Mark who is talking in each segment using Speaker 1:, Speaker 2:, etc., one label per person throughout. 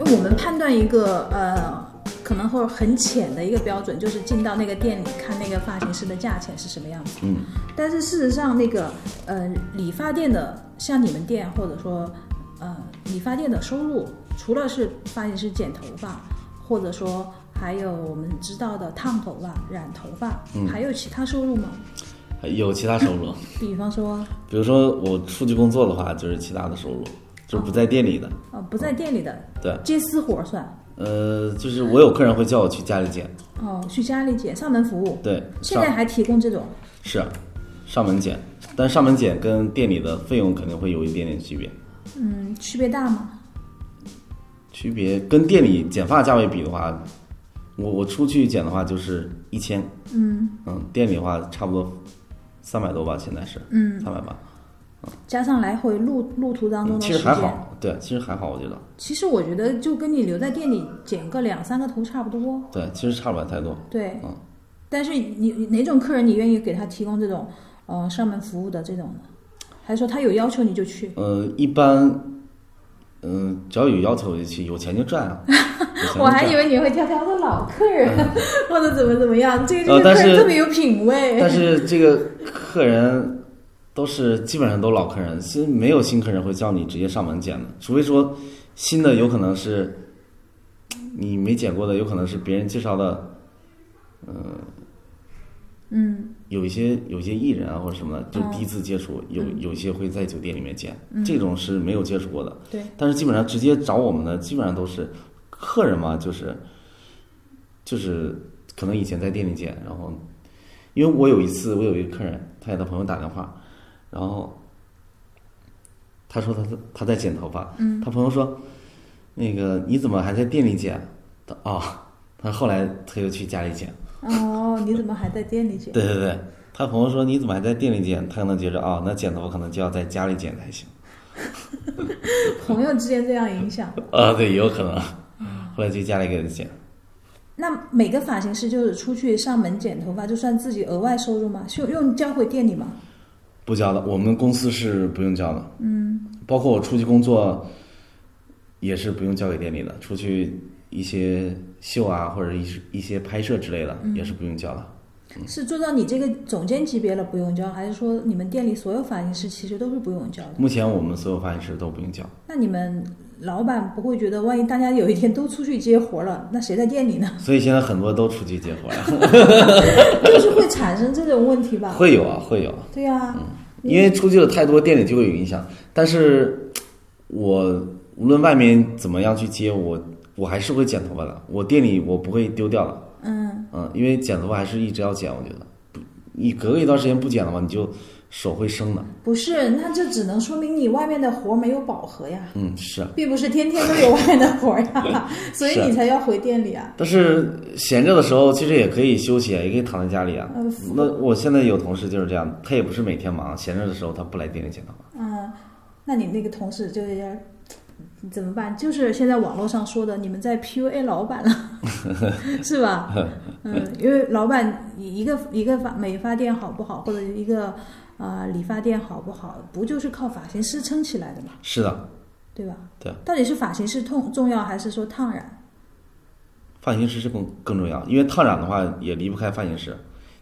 Speaker 1: 我们判断一个呃，可能或很浅的一个标准，就是进到那个店里看那个发型师的价钱是什么样子。
Speaker 2: 嗯。
Speaker 1: 但是事实上，那个呃，理发店的像你们店或者说呃理发店的收入，除了是发型师剪头发，或者说还有我们知道的烫头发、染头发，
Speaker 2: 嗯
Speaker 1: 还有其他收入吗？
Speaker 2: 有其他收入，
Speaker 1: 比方说
Speaker 2: 比如说我出去工作的话，就是其他的收入，就是不在店里的。
Speaker 1: 呃不在店里的
Speaker 2: 对，
Speaker 1: 接私活儿算
Speaker 2: 呃，就是我有客人会叫我去家里剪，
Speaker 1: 哦、去家里剪上门服务，
Speaker 2: 对，
Speaker 1: 现
Speaker 2: 上
Speaker 1: 在还提供这种。
Speaker 2: 是上门剪，但上门剪跟店里的费用肯定会有一点点区别，
Speaker 1: 嗯，区别大吗？
Speaker 2: 区别跟店里剪发价位比的话，我我出去剪的话就是一千，
Speaker 1: 嗯
Speaker 2: 嗯，店里的话差不多三百多吧，现在是
Speaker 1: 嗯，
Speaker 2: 三百吧，
Speaker 1: 加上来回路路途当中
Speaker 2: 嗯
Speaker 1: 的
Speaker 2: 其
Speaker 1: 时
Speaker 2: 实
Speaker 1: 间，
Speaker 2: 还好，对，其实还好，我觉得，
Speaker 1: 其实我觉得就跟你留在店里剪个两三个头差不多。
Speaker 2: 对，其实差不了太多，
Speaker 1: 对，
Speaker 2: 嗯
Speaker 1: 但是你你哪种客人你愿意给他提供这种呃上门服务的这种呢？还是说他有要求你就去？
Speaker 2: 呃，一般，嗯、只要有要求我就去，有钱就赚啊，有钱 就
Speaker 1: 我还
Speaker 2: 赚
Speaker 1: 以。为你会挑挑的老客人， 或者怎么怎么样，这个
Speaker 2: 呃
Speaker 1: 这个
Speaker 2: 嗯但
Speaker 1: 客人
Speaker 2: 是
Speaker 1: 特别有品位。
Speaker 2: 但是这个客人都是基本上都老客人，新没有新客人会叫你直接上门剪的，除非说新的有可能是你没剪过的，有可能是别人介绍的，呃
Speaker 1: 嗯
Speaker 2: 有一些有一些艺人啊或者什么的，就
Speaker 1: 嗯
Speaker 2: 第一次接触，有有一些会在酒店里面剪，这种是没有接触过的。
Speaker 1: 对，
Speaker 2: 但是基本上直接找我们的基本上都是客人嘛，就是就是可能以前在店里见，然后因为我有一次我有一个客人，他给他朋友打电话，然后他说他在他在剪头发，
Speaker 1: 嗯
Speaker 2: 他朋友说那个你怎么还在店里剪？他哦，他后来他又去家里剪，
Speaker 1: 哦，你怎么还在店里剪？
Speaker 2: 对对对。他朋友说：“你怎么还在店里剪？”他可能觉着啊、那剪头发可能就要在家里剪才行。
Speaker 1: 朋友之间这样影响。
Speaker 2: 啊，对，也有可能。后来去家里给他剪。
Speaker 1: 那每个发型师就是出去上门剪头发，就算自己额外收入吗？就用交回店里吗？
Speaker 2: 不交的，我们公司是不用交的。嗯，包括我出去工作，也是不用交给店里的。出去一些秀啊，或者一些一些拍摄之类的，也是不用交的。嗯
Speaker 1: 是做到你这个总监级别了不用交，还是说你们店里所有发型师其实都是不用交的？
Speaker 2: 目前我们所有发型师都不用交，
Speaker 1: 那你们老板不会觉得，万一大家有一天都出去接活了，那谁在店 里呢？
Speaker 2: 所以现在很多都出去结婚了。
Speaker 1: 就是会产生这种问题吧？
Speaker 2: 会有啊，会有啊，
Speaker 1: 对呀、啊，
Speaker 2: 因为出去了太多，店里就会有影响。但是，我无论外面怎么样去接我，我还是会剪头发的。我店里我不会丢掉的。
Speaker 1: 嗯，
Speaker 2: 嗯，因为剪头发还是一直要剪，我觉得，不你隔个一段时间不剪的话，你就手会生的。
Speaker 1: 不是，那就只能说明你外面的活没有饱和呀，
Speaker 2: 嗯，是啊。
Speaker 1: 并不是天天都有外面的活呀，所以
Speaker 2: 是
Speaker 1: 你才要回店里啊。
Speaker 2: 但是闲着的时候，其实也可以休息啊，也可以躺在家里啊
Speaker 1: 嗯。
Speaker 2: 那我现在有同事就是这样，他也不是每天忙，闲着的时候他不来店里剪头发。
Speaker 1: 嗯，那你那个同事就有点儿嗯怎么办？就是现在网络上说的，你们在 PUA 老板了， 是吧？嗯，因为老板一一个一个发美发店好不好，或者一个啊、呃理发店好不好，不就是靠发型师撑起来的嘛，
Speaker 2: 是的，
Speaker 1: 对吧？
Speaker 2: 对。
Speaker 1: 到底是发型师痛重要，还是说烫染？
Speaker 2: 发型师是更更重要，因为烫染的话也离不开发型师，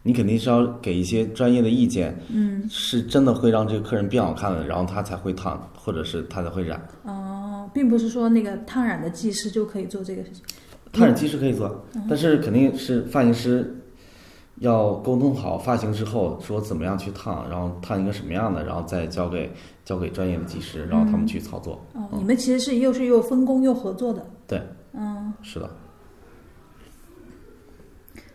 Speaker 2: 你肯定是要给一些专业的意见，
Speaker 1: 嗯，
Speaker 2: 是真的会让这个客人变好看的，然后他才会烫，或者是他才会染。
Speaker 1: 哦、并不是说那个烫染的技师就可以做这个事情。
Speaker 2: 烫染技师可以做，
Speaker 1: 嗯
Speaker 2: 但是肯定是发型师要沟通好发型之后，说怎么样去烫，然后烫一个什么样的，然后再交给交给专业的技
Speaker 1: 嗯
Speaker 2: 师，然后他们去操作。
Speaker 1: 哦、你们其实是又是又分工又合作的。
Speaker 2: 对，
Speaker 1: 嗯。
Speaker 2: 是的，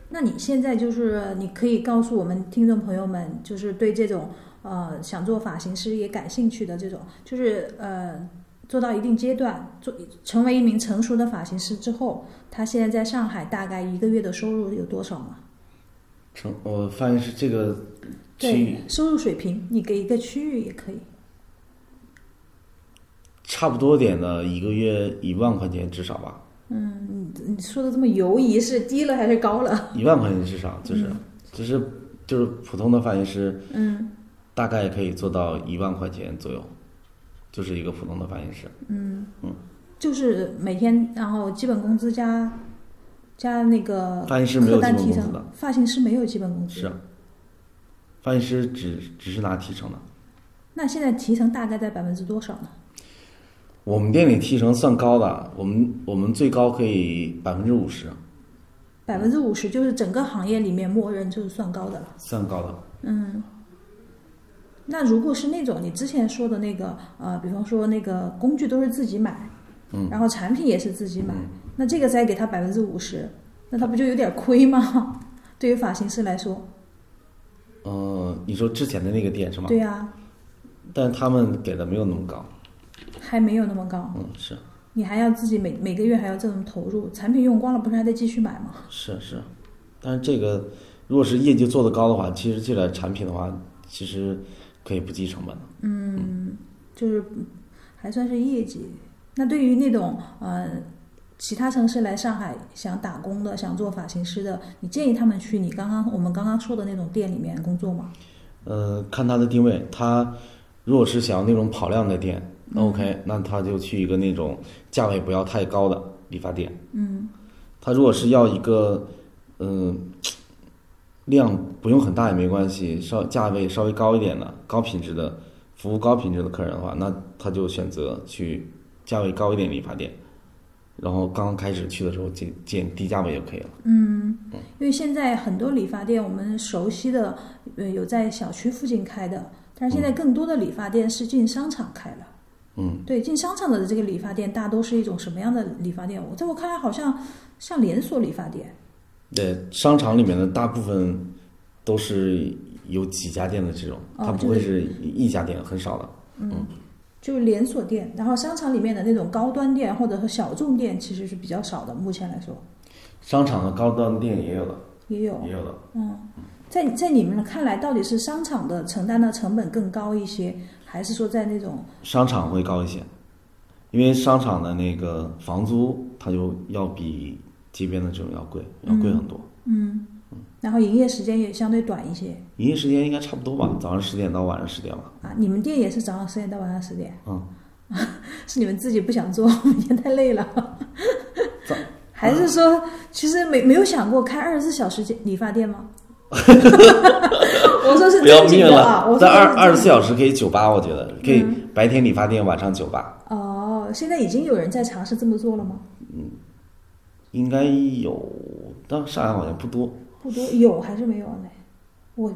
Speaker 1: 那你现在就是你可以告诉我们听众朋友们，就是对这种呃想做发型师也感兴趣的这种，就是呃做到一定阶段，做成为一名成熟的发型师之后，他现在在上海大概一个月的收入有多少吗？
Speaker 2: 成呃我发现是这个区域
Speaker 1: 对，收入水平，你给一个区域也可以。
Speaker 2: 差不多点的，一个月一万块钱至少吧，
Speaker 1: 嗯，你你说的这么犹疑，是低了还是高了？
Speaker 2: 一万块钱至少就是、就是就是普通的发型师
Speaker 1: 嗯
Speaker 2: 大概可以做到一万块钱左右，就是一个普通的发型师。
Speaker 1: 嗯
Speaker 2: 嗯
Speaker 1: 就是每天，然后基本工资加加那个
Speaker 2: 发型师没有
Speaker 1: 呃客
Speaker 2: 基
Speaker 1: 单
Speaker 2: 本
Speaker 1: 提
Speaker 2: 工资
Speaker 1: 成
Speaker 2: 的，，
Speaker 1: 发型师没有基本工资。
Speaker 2: 是啊。发型师只只是拿提成的，
Speaker 1: 那现在提成大概在百分之多少呢？
Speaker 2: 我们店里提成算高的，我们我们最高可以百分之五十，
Speaker 1: 百分之五十就是整个行业里面默认就是算高的了。
Speaker 2: 算高的。
Speaker 1: 嗯，那如果是那种你之前说的那个，呃，比方说那个工具都是自己买，
Speaker 2: 嗯
Speaker 1: 然后产品也是自己买，那这个再给他百分之五十，那他不就有点亏吗？对于发型师来说，
Speaker 2: 呃，你说之前的那个店是吗？
Speaker 1: 对呀、
Speaker 2: 但是他们给的没有那么高。
Speaker 1: 还没有那么高，
Speaker 2: 嗯，是
Speaker 1: 你还要自己每每个月还要这种投入，产品用光了不是还得继续买吗？
Speaker 2: 是是，但是这个如果是业绩做得高的话，其实这个产品的话，其实可以不计成本的。
Speaker 1: 就是还算是业绩。那对于那种呃其他城市来上海想打工的、想做发型师的，你建议他们去你刚刚我们刚刚说的那种店里面工作吗？
Speaker 2: 呃，看他的定位，他如果是想要那种跑量的店，那 OK，那他就去一个那种价位不要太高的理发店。
Speaker 1: 嗯，
Speaker 2: 他如果是要一个，嗯、量不用很大也没关系，稍价位稍微高一点的、高品质的服务高品质的客人的话，那他就选择去价位高一点理发店。然后刚开始去的时候减减低价位就可以了。
Speaker 1: 因为现在很多理发店我们熟悉的，呃，有在小区附近开的，但是现在更多的理发店是进商场开了。
Speaker 2: 嗯，
Speaker 1: 对，进商场的这个理发店大都是一种什么样的理发店？我在我看来好像像连锁理发店。
Speaker 2: 对，商场里面的大部分都是有几家店的这种，
Speaker 1: 哦
Speaker 2: 它
Speaker 1: 就
Speaker 2: 不会是一家店，很少的。
Speaker 1: 就是连锁店，然后商场里面的那种高端店或者说小众店其实是比较少的，目前来说
Speaker 2: 商场的高端店也有的，
Speaker 1: 也有。
Speaker 2: 也有的。
Speaker 1: 在在你们看来，到底是商场的承担的成本更高一些，还是说在那种
Speaker 2: 商场会高一些，因为商场的那个房租它就要比街边的这种要贵，要贵
Speaker 1: 嗯
Speaker 2: 很多。
Speaker 1: 然后营业时间也相对短一些
Speaker 2: 营业时间应该差不多吧，早上十点到晚上十点吧。
Speaker 1: 啊？你们店也是早上十点到晚上十点，
Speaker 2: 嗯，
Speaker 1: 是你们自己不想做， 每天太累了
Speaker 2: 早，
Speaker 1: 还是说其实没没有想过开二十四小时理发店吗？ 我说是
Speaker 2: 不要
Speaker 1: 正经
Speaker 2: 命
Speaker 1: 的啊，我说
Speaker 2: 了，在二
Speaker 1: 是正
Speaker 2: 二十
Speaker 1: 经
Speaker 2: 四小时可以酒吧，我觉得可以
Speaker 1: 嗯
Speaker 2: 白天理发店，晚上酒吧，
Speaker 1: 哦，现在已经有人在尝试这么做了吗？
Speaker 2: 应该有，但上海好像不多。
Speaker 1: 不多，有还是没有呢？我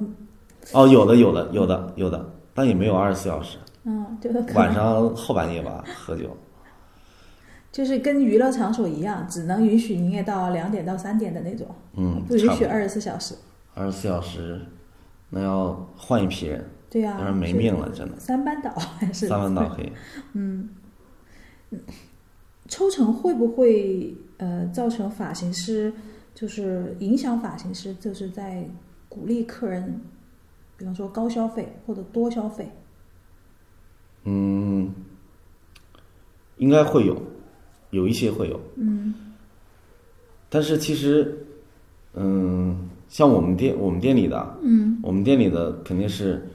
Speaker 2: 哦，有的，有的，有的，有的，但也没有二十四小时，
Speaker 1: 嗯，就是可能
Speaker 2: 晚上后半夜吧喝酒。
Speaker 1: 就是跟娱乐场所一样，只能允许营业到两点到三点的那种，
Speaker 2: 嗯，
Speaker 1: 不允
Speaker 2: 差
Speaker 1: 许
Speaker 2: 不多。
Speaker 1: 二十四小时。
Speaker 2: 二十四小时，那要换一批人，
Speaker 1: 对呀、
Speaker 2: 要不然没命了，真的。
Speaker 1: 三班倒还啊是
Speaker 2: 三万道黑，
Speaker 1: 抽成会不会呃造成发型师就是影响发型师，就是在鼓励客人，比方说高消费或者多消费？
Speaker 2: 嗯，应该会有，有一些会有，
Speaker 1: 嗯
Speaker 2: 但是其实，嗯，像我们店我们店里的，
Speaker 1: 嗯
Speaker 2: 我们店里的肯定是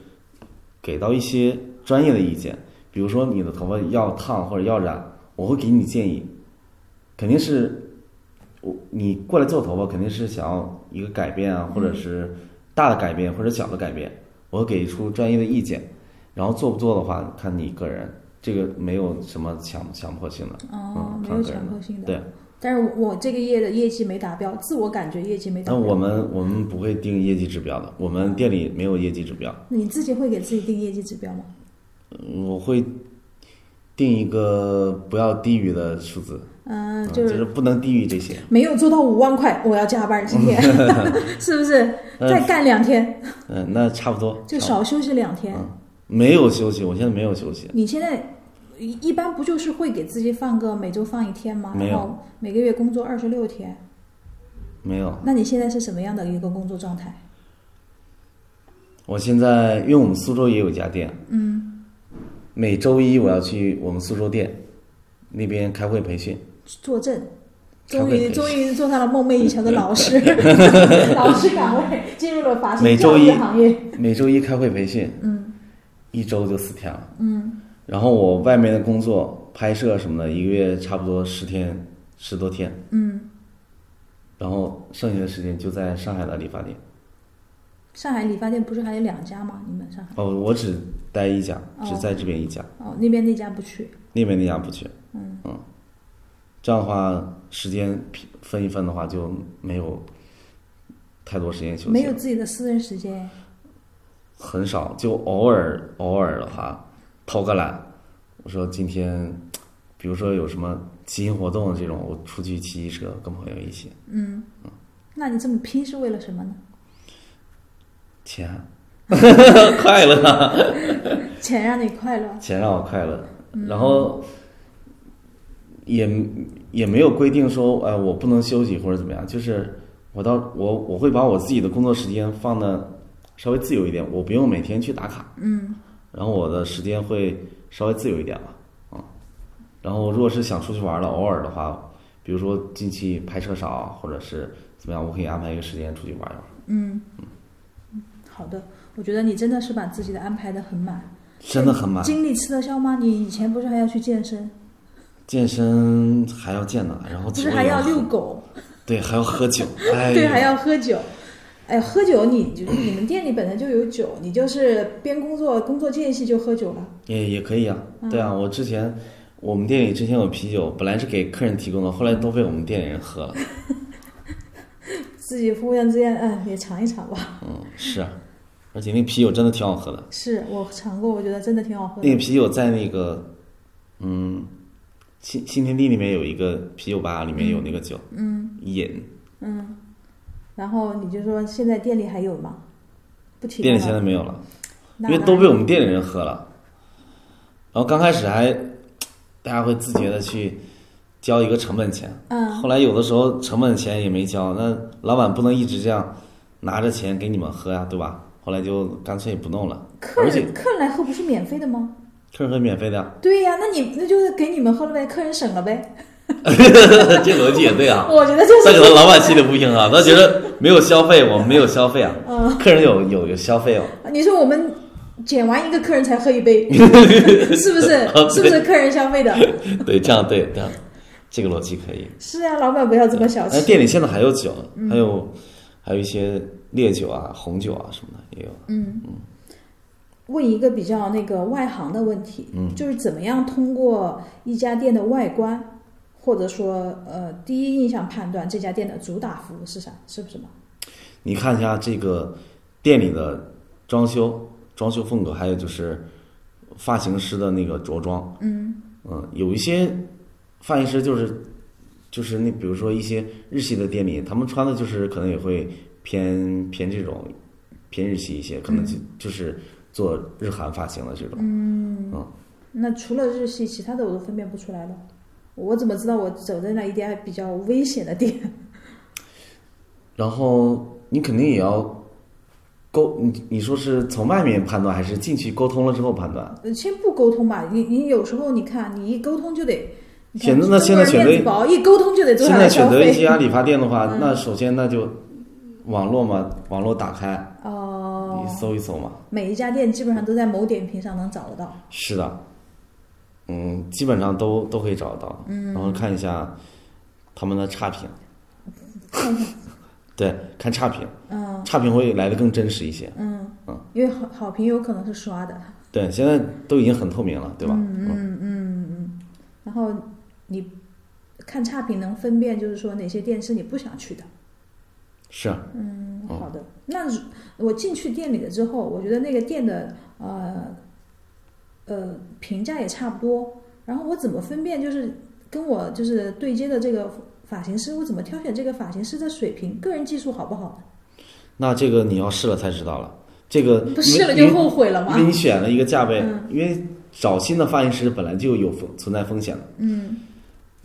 Speaker 2: 给到一些专业的意见，比如说你的头发要烫或者要染，我会给你建议，肯定是我你过来做头发，肯定是想要一个改变啊，或者是大的改变或者小的改变，我会给出专业的意见，然后做不做的话看你个人，这个没有什么强强迫性的，
Speaker 1: 哦，
Speaker 2: 嗯
Speaker 1: 没
Speaker 2: 看
Speaker 1: 有
Speaker 2: 个人
Speaker 1: 强
Speaker 2: 的
Speaker 1: 迫性的。
Speaker 2: 对。
Speaker 1: 但是我我这个业的业绩没达标，自我感觉业绩没达
Speaker 2: 那
Speaker 1: 标。
Speaker 2: 我们我们不会定业绩指标的，我们店里没有业绩指标。
Speaker 1: 你自己会给自己定业绩指标吗？
Speaker 2: 嗯我会定一个不要低于的数字，
Speaker 1: 嗯、
Speaker 2: 嗯
Speaker 1: 就
Speaker 2: 就是是不能低于这些。
Speaker 1: 没有做到五万块，我要加班今 天，是不是？
Speaker 2: 嗯
Speaker 1: 再干两天，
Speaker 2: 嗯，那差不多。
Speaker 1: 就
Speaker 2: 差
Speaker 1: 少休息两天。
Speaker 2: 不多没有休息，我现在没有休息。
Speaker 1: 你现在一一般不就是会给自己放个每周放一天吗？
Speaker 2: 没有
Speaker 1: 然后每个月工作二十六天。
Speaker 2: 没有，
Speaker 1: 那你现在是什么样的一个工作状态？
Speaker 2: 我现在因为我们苏州也有一家店，嗯，每周一我要去我们苏州店那边开会培训，
Speaker 1: 坐镇。
Speaker 2: 开
Speaker 1: 终
Speaker 2: 会
Speaker 1: 于，
Speaker 2: 培训
Speaker 1: 终于做到了梦寐以求的老 师，老师岗位，进入了发型
Speaker 2: 每
Speaker 1: 教
Speaker 2: 周
Speaker 1: 育
Speaker 2: 一
Speaker 1: 行业。
Speaker 2: 每周一开会培训，嗯，一周就四天了，嗯，然后我外面的工作拍摄什么的，一个月差不多十天十多天，
Speaker 1: 嗯，
Speaker 2: 然后剩下的时间就在上海的理发店。
Speaker 1: 上海理发店不是还有两家吗？你们上海
Speaker 2: 哦，我只待一家，只
Speaker 1: 哦
Speaker 2: 在这边一家，
Speaker 1: 哦，那边那家不去，
Speaker 2: 那边那家不去。
Speaker 1: 嗯
Speaker 2: 这样的话，时间匹分一分的话，就没有太多时间休
Speaker 1: 没
Speaker 2: 息
Speaker 1: 有
Speaker 2: 了，
Speaker 1: 自己的私人时间，
Speaker 2: 很少，就偶尔偶尔的话，偷个懒。我说今天，比如说有什么骑行活动这种，我出去骑骑车，跟朋友一起。
Speaker 1: 嗯，那你这么拼是为了什么呢？
Speaker 2: 钱， 快乐，
Speaker 1: 钱让你快乐，
Speaker 2: 钱让我快乐。然后也也没有规定说，哎，我不能休息或者怎么样，就是我到我我会把我自己的工作时间放的稍微自由一点，我不用每天去打卡，
Speaker 1: 嗯，
Speaker 2: 然后我的时间会稍微自由一点吧，啊、然后如果是想出去玩了，偶尔的话，比如说近期拍摄少或者是怎么样，我可以安排一个时间出去玩一玩。
Speaker 1: 嗯，好的，我觉得你真的是把自己的安排的很满，
Speaker 2: 真的很满，
Speaker 1: 精力吃得消吗？你以前不是还要去健身，
Speaker 2: 健身还要健呢，然后
Speaker 1: 不
Speaker 2: 酒
Speaker 1: 是还
Speaker 2: 也
Speaker 1: 要
Speaker 2: 喝
Speaker 1: 遛狗，
Speaker 2: 对，还要 喝酒，哎，
Speaker 1: 对，还要喝酒。哎，喝酒你就你们店里本来就有酒，你就是边工作工作间隙就喝酒了。
Speaker 2: 也也可以啊，
Speaker 1: 嗯
Speaker 2: 对啊，我之前我们店里之前有啤酒，本来是给客人提供的，后来都被我们店里 人喝了。
Speaker 1: 自己服务员之间，哎，也尝一尝吧。
Speaker 2: 嗯，是啊，而且那啤酒真的挺好喝的，
Speaker 1: 是我尝过，我觉得真的挺好喝
Speaker 2: 那
Speaker 1: 的。
Speaker 2: 个啤酒在那个嗯新新天地里面有一个啤酒吧，里面有那个酒，
Speaker 1: 嗯
Speaker 2: 饮
Speaker 1: 嗯，然后你就说现在店里还有吗？不提供
Speaker 2: 店
Speaker 1: 了。
Speaker 2: 里现在没有了，
Speaker 1: 那
Speaker 2: 因为都被我们店里人喝了。然后刚开始还大家会自觉的去交一个成本钱，
Speaker 1: 嗯
Speaker 2: 后来有的时候成本钱也没交，那老板不能一直这样拿着钱给你们喝呀、对吧？后来就干脆不弄了，
Speaker 1: 客
Speaker 2: 而且
Speaker 1: 人客人来喝不是免费的吗？
Speaker 2: 客人喝免费的 呀，
Speaker 1: 对呀、那你那就是给你们喝了呗，客人省了呗。
Speaker 2: 这逻辑也 对啊。
Speaker 1: 我觉得就
Speaker 2: 那可能
Speaker 1: 是，
Speaker 2: 老板心里不平衡啊，他觉得没有消费，我们没有消费啊，
Speaker 1: 嗯，
Speaker 2: 客人有有有消费哦，
Speaker 1: 你说我们捡完一个客人才喝一 杯，是不是？
Speaker 2: 啊
Speaker 1: 是不是客人消费的？
Speaker 2: 对，这样对这样，这个逻辑可以。
Speaker 1: 是啊，老板不要这么小
Speaker 2: 哎，
Speaker 1: 气。
Speaker 2: 店里现在还有酒，还有还有一些烈酒啊、红酒啊什么的也有。
Speaker 1: 问一个比较那个外行的问题，
Speaker 2: 嗯
Speaker 1: 就是怎么样通过一家店的外观，或者说呃第一印象判断这家店的主打服务是啥，是不是嘛？
Speaker 2: 你看一下这个店里的装修、装修风格，还有就是发型师的那个着装。
Speaker 1: 嗯
Speaker 2: 嗯，有一些发型师就是就是那，比如说一些日系的店里，他们穿的就是可能也会偏偏这种偏日系一些，可能就、就是做日韩发型的这种。
Speaker 1: 嗯
Speaker 2: 嗯
Speaker 1: 那除了日系，其他的我都分辨不出来了。我怎么知道我走进了一家比较危险的店？
Speaker 2: 然后你肯定也要沟，你你说是从外面判断，还是进去沟通了之后判断？
Speaker 1: 呃先不沟通吧，你你有时候你看，你一沟通就得，你看
Speaker 2: 显得那
Speaker 1: 中国人
Speaker 2: 现在选择
Speaker 1: 面子薄，一沟通就得坐
Speaker 2: 现
Speaker 1: 下
Speaker 2: 在
Speaker 1: 来消
Speaker 2: 选择一
Speaker 1: 费。嗯
Speaker 2: 家理发店的话，那首先那就网络嘛，网络打开，
Speaker 1: 哦
Speaker 2: 你，搜一搜嘛。
Speaker 1: 每一家店基本上都在某点评上能找得到。
Speaker 2: 是的，嗯，基本上都都可以找得到。嗯，然后看一下他们的差评，对，看差评，
Speaker 1: 嗯
Speaker 2: 差评会来的更真实一些。
Speaker 1: 嗯
Speaker 2: 嗯，
Speaker 1: 因为好好评有可能是刷的，
Speaker 2: 对，现在都已经很透明了，对吧？
Speaker 1: 嗯嗯嗯嗯。然后你看差评能分辨，就是说哪些店是你不想去的。
Speaker 2: 是，
Speaker 1: 嗯，
Speaker 2: 嗯
Speaker 1: 好的。那如我进去店里了之后，我觉得那个店的呃呃评价也差不多。然后我怎么分辨就是跟我就是对接的这个发型师，我怎么挑选这个发型师的水平、个人技术好不好呢？
Speaker 2: 那这个你要试了才知道了。这个
Speaker 1: 不试了就后悔了
Speaker 2: 呃因为
Speaker 1: 吗？
Speaker 2: 你选了一个价位，
Speaker 1: 嗯
Speaker 2: 因为找新的发型师本来就有风存在风险的。
Speaker 1: 嗯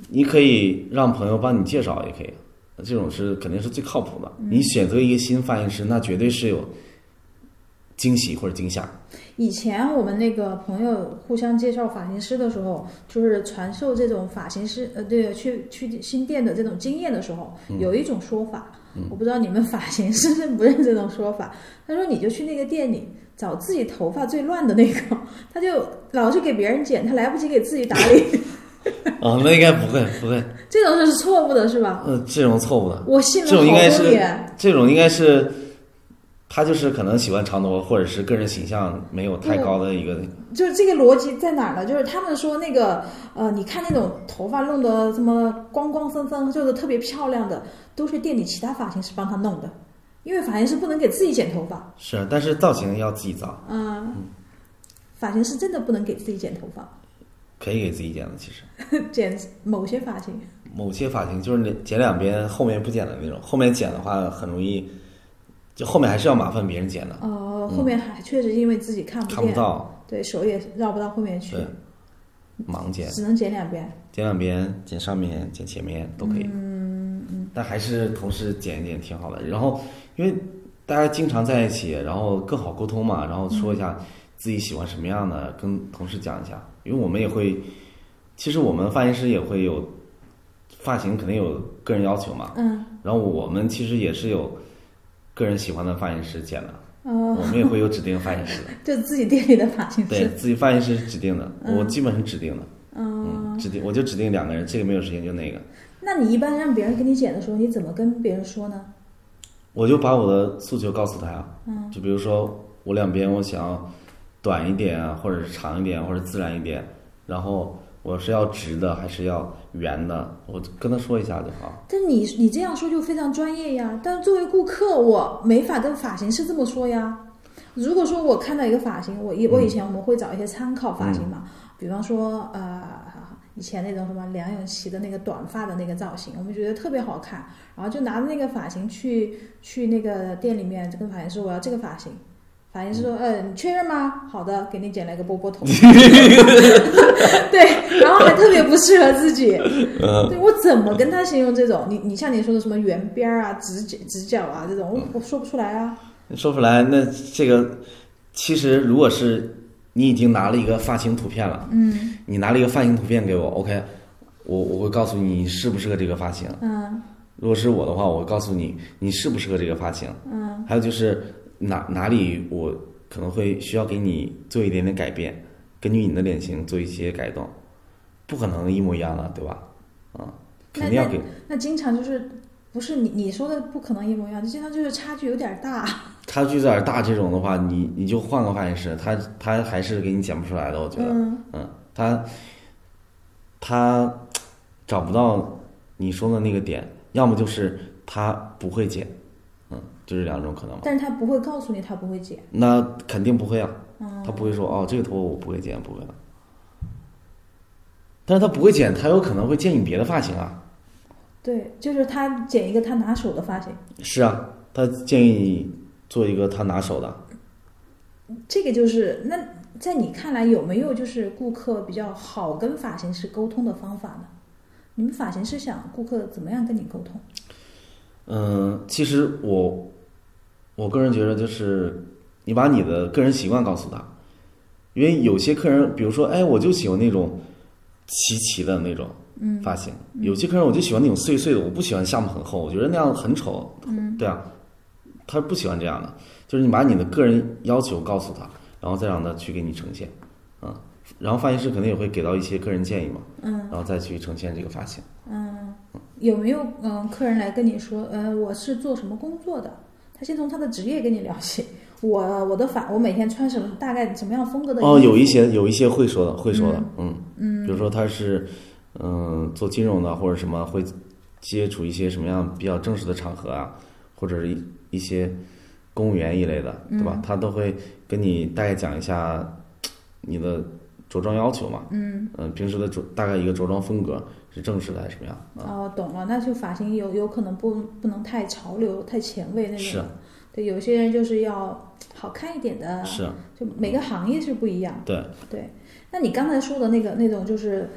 Speaker 2: 你可以让朋友帮你介绍，也可以，这种是肯定是最靠谱的。
Speaker 1: 嗯
Speaker 2: 你选择一个新发型师，那绝对是有惊喜或者惊吓。
Speaker 1: 以前我们那个朋友互相介绍发型师的时候，就是传授这种发型师呃，对，去去新店的这种经验的时候，
Speaker 2: 嗯
Speaker 1: 有一种 说法，我不知道你们发型师认不认这种说法。他说你就去那个店里找自己头发最乱的那个， 他就老是给别人剪，他来不及给自己打理，
Speaker 2: 啊，那应该不会不会，
Speaker 1: 这种是错误的，是吧？
Speaker 2: 呃，这种错误的，
Speaker 1: 我信了
Speaker 2: 这
Speaker 1: 好
Speaker 2: 种应该是
Speaker 1: 多年，
Speaker 2: 这种应该是他就是可能喜欢长头发，或者是个人形象没有
Speaker 1: 嗯
Speaker 2: 太高的一个，
Speaker 1: 就是这个逻辑在哪儿呢？就是他们说那个呃，你看那种头发弄得什么光光森森，就是特别漂亮的，都是店里其他发型师帮他弄的，因为发型师不能给自己剪头发，
Speaker 2: 是，但是造型要自己造，
Speaker 1: 嗯，发型师真的不能给自己剪头发，
Speaker 2: 可以给自己剪的，其实
Speaker 1: 剪某些发型。
Speaker 2: 某些发型就是那剪两边，后面不剪的那种，后面剪的话很容易，就后面还是要麻烦别人剪的，
Speaker 1: 哦，后面还确实因为自己看不见，
Speaker 2: 看不到，
Speaker 1: 对手也绕不到后面去
Speaker 2: 对，盲剪，
Speaker 1: 只能剪两边。
Speaker 2: 剪两边，剪上面，剪前面都可以，嗯，但还是同时剪一剪挺好的。然后因为大家经常在一起，然后更好沟通嘛，然后说一下自己喜欢什么样的，跟同事讲一下，因为我们也会，其实我们发型师也会有发型，肯定有个人要求嘛。
Speaker 1: 嗯，
Speaker 2: 然后我们其实也是有个人喜欢的发型师剪的，
Speaker 1: 哦，
Speaker 2: 我们也会有指定发 型师的，
Speaker 1: 就自己店里的发型
Speaker 2: 对
Speaker 1: 师。
Speaker 2: 自己发型师是指定的，
Speaker 1: 嗯
Speaker 2: 我基本是指定的，
Speaker 1: 嗯，
Speaker 2: 嗯，指定我就指定两个人，这个没有时间就那个，
Speaker 1: 那你一般让别人给你剪的时候，你怎么跟别人说呢？
Speaker 2: 我就把我的诉求告诉他呀，
Speaker 1: 嗯，
Speaker 2: 就比如说我两边我想要短一点啊，或者是长一点，或者自然一点，然后我是要直的还是要圆的，我跟他说一下就 好。
Speaker 1: 但你你这样说就非常专业呀，但作为顾客，我没法跟发型师这么说呀。如果说我看到一个发型，我以我以前我们会找一些参考发型嘛，比方说呃以前那种什么梁咏琪的那个短发的那个造型，我们觉得特别好看，然后就拿着那个发型去去那个店里面就跟发型师我要这个发型，发型师说呃你确认吗？好的，给你剪了一个波波头， 对，然后还特别不适合自己， 对我怎么跟他形容这种？你你像你说的什么圆边儿啊、直角直角啊这种，我我说不出来啊。
Speaker 2: 你说出来，那这个其实如果是你已经拿了一个发型图片了，
Speaker 1: 嗯
Speaker 2: 你拿了一个发型图片给我，OK，我我会告诉你适不适合这个发型。
Speaker 1: 嗯
Speaker 2: 如果是我的话，我告诉你你适不适合这个发型。
Speaker 1: 嗯
Speaker 2: 还有就是哪哪里我可能会需要给你做一点点改变，根据你的脸型做一些改动，不可能一模一样的，对吧？啊，肯定要给
Speaker 1: 那经常就是不是你你说的不可能一模一样，就经常就是差距有点大。
Speaker 2: 差距有点大这种的话，你你就换个发型师，他他还是给你剪不出来的，我觉得，
Speaker 1: 嗯
Speaker 2: 嗯，他他找不到你说的那个点，要么就是他不会剪，嗯，就是两种可能嘛。
Speaker 1: 但是他不会告诉你他不会剪。
Speaker 2: 那肯定不会啊，
Speaker 1: 嗯
Speaker 2: 他不会说哦，这个头发我不会剪，不会的。但是他不会剪，他有可能会建议别的发型啊。
Speaker 1: 对，就是他剪一个他拿手的发型，
Speaker 2: 是啊，他建议你做一个他拿手的。
Speaker 1: 这个就是那在你看来有没有就是顾客比较好跟发型师沟通的方法呢？你们发型师想顾客怎么样跟你沟通？
Speaker 2: 嗯，其实我我个人觉得，就是你把你的个人习惯告诉他，因为有些客人，比如说，哎，我就喜欢那种齐齐的那种
Speaker 1: 嗯
Speaker 2: 发型；有些客人我就喜欢那种碎碎的，我不喜欢下巴很厚，我觉得那样很丑。
Speaker 1: 嗯
Speaker 2: 对啊，他不喜欢这样的，就是你把你的个人要求告诉他，然后再让他去给你呈现，嗯，然后发型师肯定也会给到一些个人建议嘛，
Speaker 1: 嗯。
Speaker 2: 然后再去呈现这个发型。
Speaker 1: 嗯，有没有嗯客人来跟你说，呃，我是做什么工作的？他先从他的职业跟你了解， 我我的发，我每天穿什么，大概什么样风格的衣服？
Speaker 2: 哦，有一些有一些会说的，会说的，嗯嗯，比如说他是嗯、做金融的或者什么，会接触一些什么样比较正式的场合啊，或者是一一些公务员一类的，对
Speaker 1: 嗯
Speaker 2: 吧？他都会跟你大概讲一下你的着装要求嘛，
Speaker 1: 嗯，
Speaker 2: 嗯，平时的着大概一个着装风格是正式的还是什么样啊？
Speaker 1: 哦，懂了，那就发型有有可能不不能太潮流、太前卫那种。
Speaker 2: 是啊
Speaker 1: 对，有些人就是要好看一点的，
Speaker 2: 是啊，
Speaker 1: 就每个行业是不一样。
Speaker 2: 对，
Speaker 1: 对，那你刚才说的那个那种就是，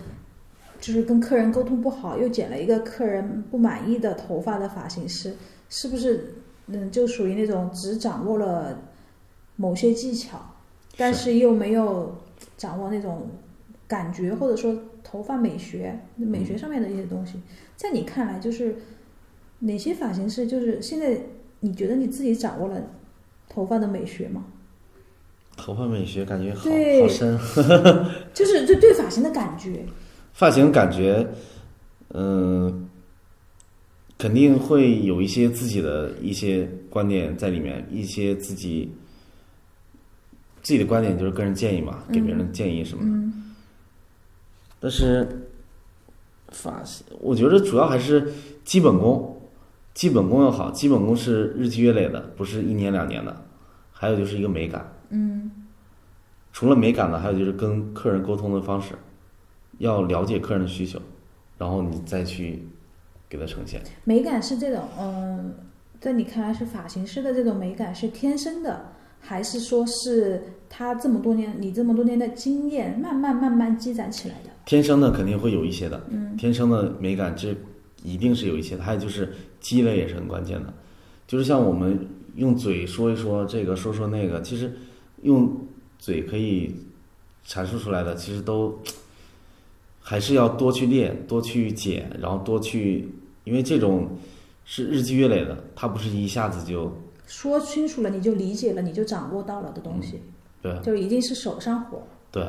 Speaker 1: 就是跟客人沟通不好，又剪了一个客人不满意的头发的发型师，是不是？嗯，就属于那种只掌握了某些技巧，但
Speaker 2: 是
Speaker 1: 是又没有掌握那种感觉，或者说头发美学、美学上面的一些东西。在你看来，就是哪些发型师，就是现在你觉得你自己掌握了头发的美学吗？
Speaker 2: 头发美学感觉好
Speaker 1: 对
Speaker 2: 好深，
Speaker 1: 就是对对发型的感觉。
Speaker 2: 发型感觉，嗯、肯定会有一些自己的一些观点在里面，一些自己自己的观点就是个人建议嘛，给别人建议什么的。但是发型，我觉得主要还是基本功，基本功要好，基本功是日积月累的，不是一年两年的。还有就是一个美感，
Speaker 1: 嗯，
Speaker 2: 除了美感呢，还有就是跟客人沟通的方式，要了解客人的需求，然后你再去给他呈现。
Speaker 1: 美感是这种，嗯，在你看来是发型师的这种美感是天生的，还是说是他这么多年你这么多年的经验慢慢慢慢积攒起来的？
Speaker 2: 天生的肯定会有一些的，嗯，天生的美感这一定是有一些的，还有就是积累也是很关键的，就是像我们用嘴说一说这个，说说那个，其实用嘴可以阐述出来的，其实都还是要多去练，多去解，然后多去，因为这种是日积月累的，它不是一下子就
Speaker 1: 说清楚了，你就理解了，你就掌握到了的东西，
Speaker 2: 对
Speaker 1: 就一定是手上活。
Speaker 2: 对，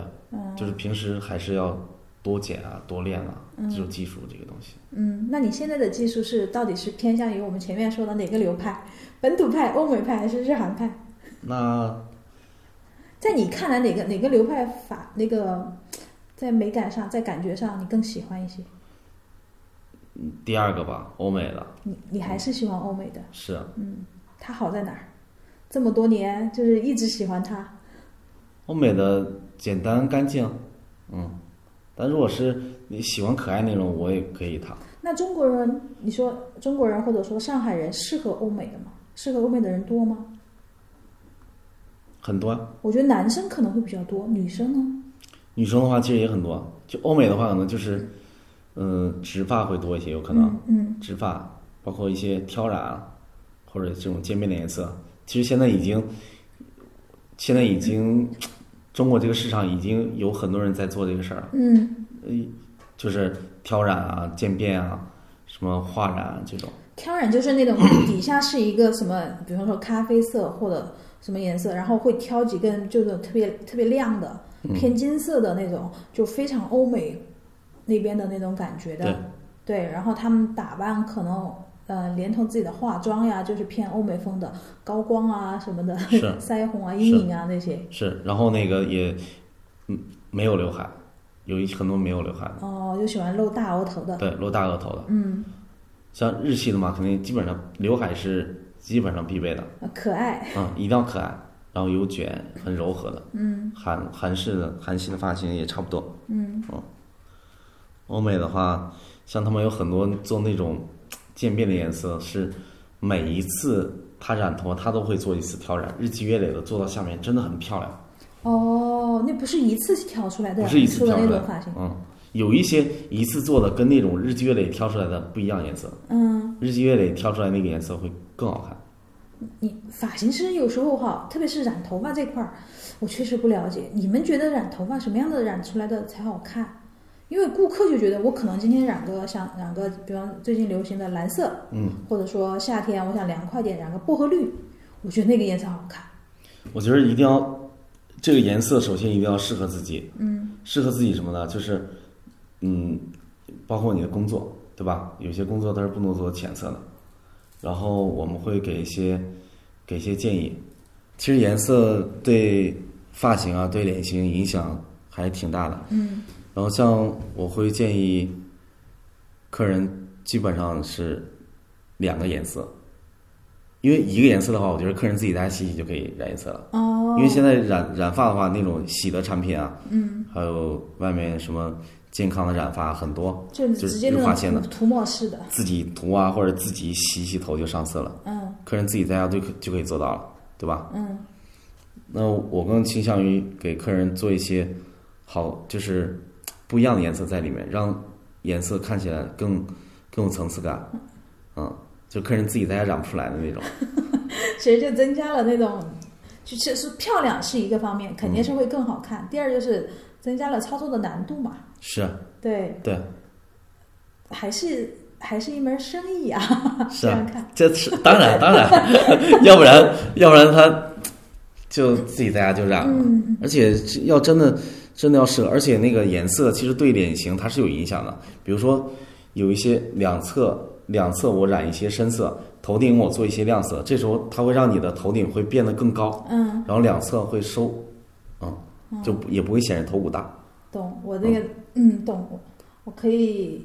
Speaker 2: 就是平时还是要多解啊，多练啊，这种技术这个东西。
Speaker 1: 嗯，那你现在的技术是到底是偏向于我们前面说的哪个流派？本土派、欧美派还是日韩派？
Speaker 2: 那
Speaker 1: 在你看来，哪个哪个流派法那个在美感上、在感觉上你更喜欢一些？
Speaker 2: 第二个吧，欧美的
Speaker 1: 你你还是喜欢欧美的？
Speaker 2: 是
Speaker 1: 它好在哪儿？这么多年就是一直喜欢它。
Speaker 2: 欧美的简单干净，嗯，但如果是你喜欢可爱那种，我也可以烫。
Speaker 1: 那中国人，你说中国人或者说上海人适合欧美的吗？适合欧美的人多吗？
Speaker 2: 很多
Speaker 1: 我觉得男生可能会比较多，女生呢？
Speaker 2: 女生的话其实也很多，就欧美的话可能就是，嗯、直发会多一些，有可能、
Speaker 1: 嗯，
Speaker 2: 直发，包括一些挑染啊或者这种渐变的颜色，其实现在已经，现在已经，中国这个市场已经有很多人在做这个事儿了。呃
Speaker 1: 嗯，
Speaker 2: 就是挑染啊、渐变啊、什么画染、啊、这种。
Speaker 1: 挑染就是那种底下是一个什么，比方说咖啡色或者什么颜色，然后会挑几根就是特别特别亮的、
Speaker 2: 嗯
Speaker 1: 偏金色的那种，就非常欧美那边的那种感觉的。
Speaker 2: 对
Speaker 1: 对，然后他们打扮可能呃，连同自己的化妆呀，就是偏欧美风的高光啊什么的
Speaker 2: 是，
Speaker 1: 腮红啊、
Speaker 2: 是
Speaker 1: 阴影啊那些。
Speaker 2: 是，然后那个也，嗯，没有刘海，有一很多没有刘海的，
Speaker 1: 哦，就喜欢露大额头的。
Speaker 2: 对，露大额头的。
Speaker 1: 嗯，
Speaker 2: 像日系的嘛，肯定基本上刘海是基本上必备的，
Speaker 1: 呃可爱。
Speaker 2: 嗯，一定要可爱，然后有卷，很柔和的。嗯，韩韩式的韩系的发型也差不多。嗯，欧美的话，像他们有很多做那种渐变的颜色，是每一次他染头，他都会做一次挑染，日积月累的做到下面真的很漂亮。
Speaker 1: 哦，那不是一次挑出来的，
Speaker 2: 不是一次
Speaker 1: 说的
Speaker 2: 挑
Speaker 1: 那
Speaker 2: 出来
Speaker 1: 种
Speaker 2: 的
Speaker 1: 发型。
Speaker 2: 嗯，有一些一次做的跟那种日积月累挑出来的不一样颜色，
Speaker 1: 嗯。
Speaker 2: 日积月累挑出来那个颜色会更好看。
Speaker 1: 你发型师有时候哈，特别是染头发这块儿，我确实不了解。你们觉得染头发什么样的染出来的才好看？因为顾客就觉得我可能今天染个想染个，比方最近流行的蓝色，
Speaker 2: 嗯，
Speaker 1: 或者说夏天我想凉快点，染个薄荷绿，我觉得那个颜色好看。
Speaker 2: 我觉得一定要这个颜色，首先一定要适合自己。嗯，适合自己什么呢？就是嗯，包括你的工作，对吧？有些工作它是不能做浅色的，然后我们会给一些给一些建议。其实颜色对发型啊，对脸型影响还挺大的。
Speaker 1: 嗯，
Speaker 2: 然后像我会建议客人基本上是两个颜色，因为一个颜色的话，我觉得客人自己在家洗洗就可以染颜色了。
Speaker 1: 哦，
Speaker 2: 因为现在染染发的话，那种洗的产品啊，
Speaker 1: 嗯，
Speaker 2: 还有外面什么健康的染发很多，
Speaker 1: 就
Speaker 2: 就是
Speaker 1: 直接那
Speaker 2: 日化纤
Speaker 1: 种
Speaker 2: 的
Speaker 1: 涂涂抹式的，
Speaker 2: 自己涂啊或者自己洗洗头就上色了，
Speaker 1: 嗯
Speaker 2: 客人自己在家就可就可以做到了，对吧？
Speaker 1: 嗯
Speaker 2: 那我更倾向于给客人做一些好，就是不一样的颜色在里面，让颜色看起来更更有层次感，嗯，就客人自己在家染不出来的那种，
Speaker 1: 其实就增加了那种，就是是漂亮是一个方面，
Speaker 2: 嗯
Speaker 1: 肯定是会更好看。第二就是增加了操作的难度嘛，
Speaker 2: 是啊
Speaker 1: 对。
Speaker 2: 对，
Speaker 1: 还是还是一门生意啊，
Speaker 2: 是
Speaker 1: 这样
Speaker 2: 啊
Speaker 1: 看，
Speaker 2: 这是当然当然，要不然要不然他就自己在家就染了，
Speaker 1: 嗯，
Speaker 2: 而且要真的真的要适合，而且那个颜色其实对脸型它是有影响的。比如说有一些两侧两侧我染一些深色，头顶我做一些亮色，这时候它会让你的头顶会变得更高，
Speaker 1: 嗯，
Speaker 2: 然后两侧会收，嗯，就不也不会显示头骨大。
Speaker 1: 懂我那个，嗯，懂我，我可以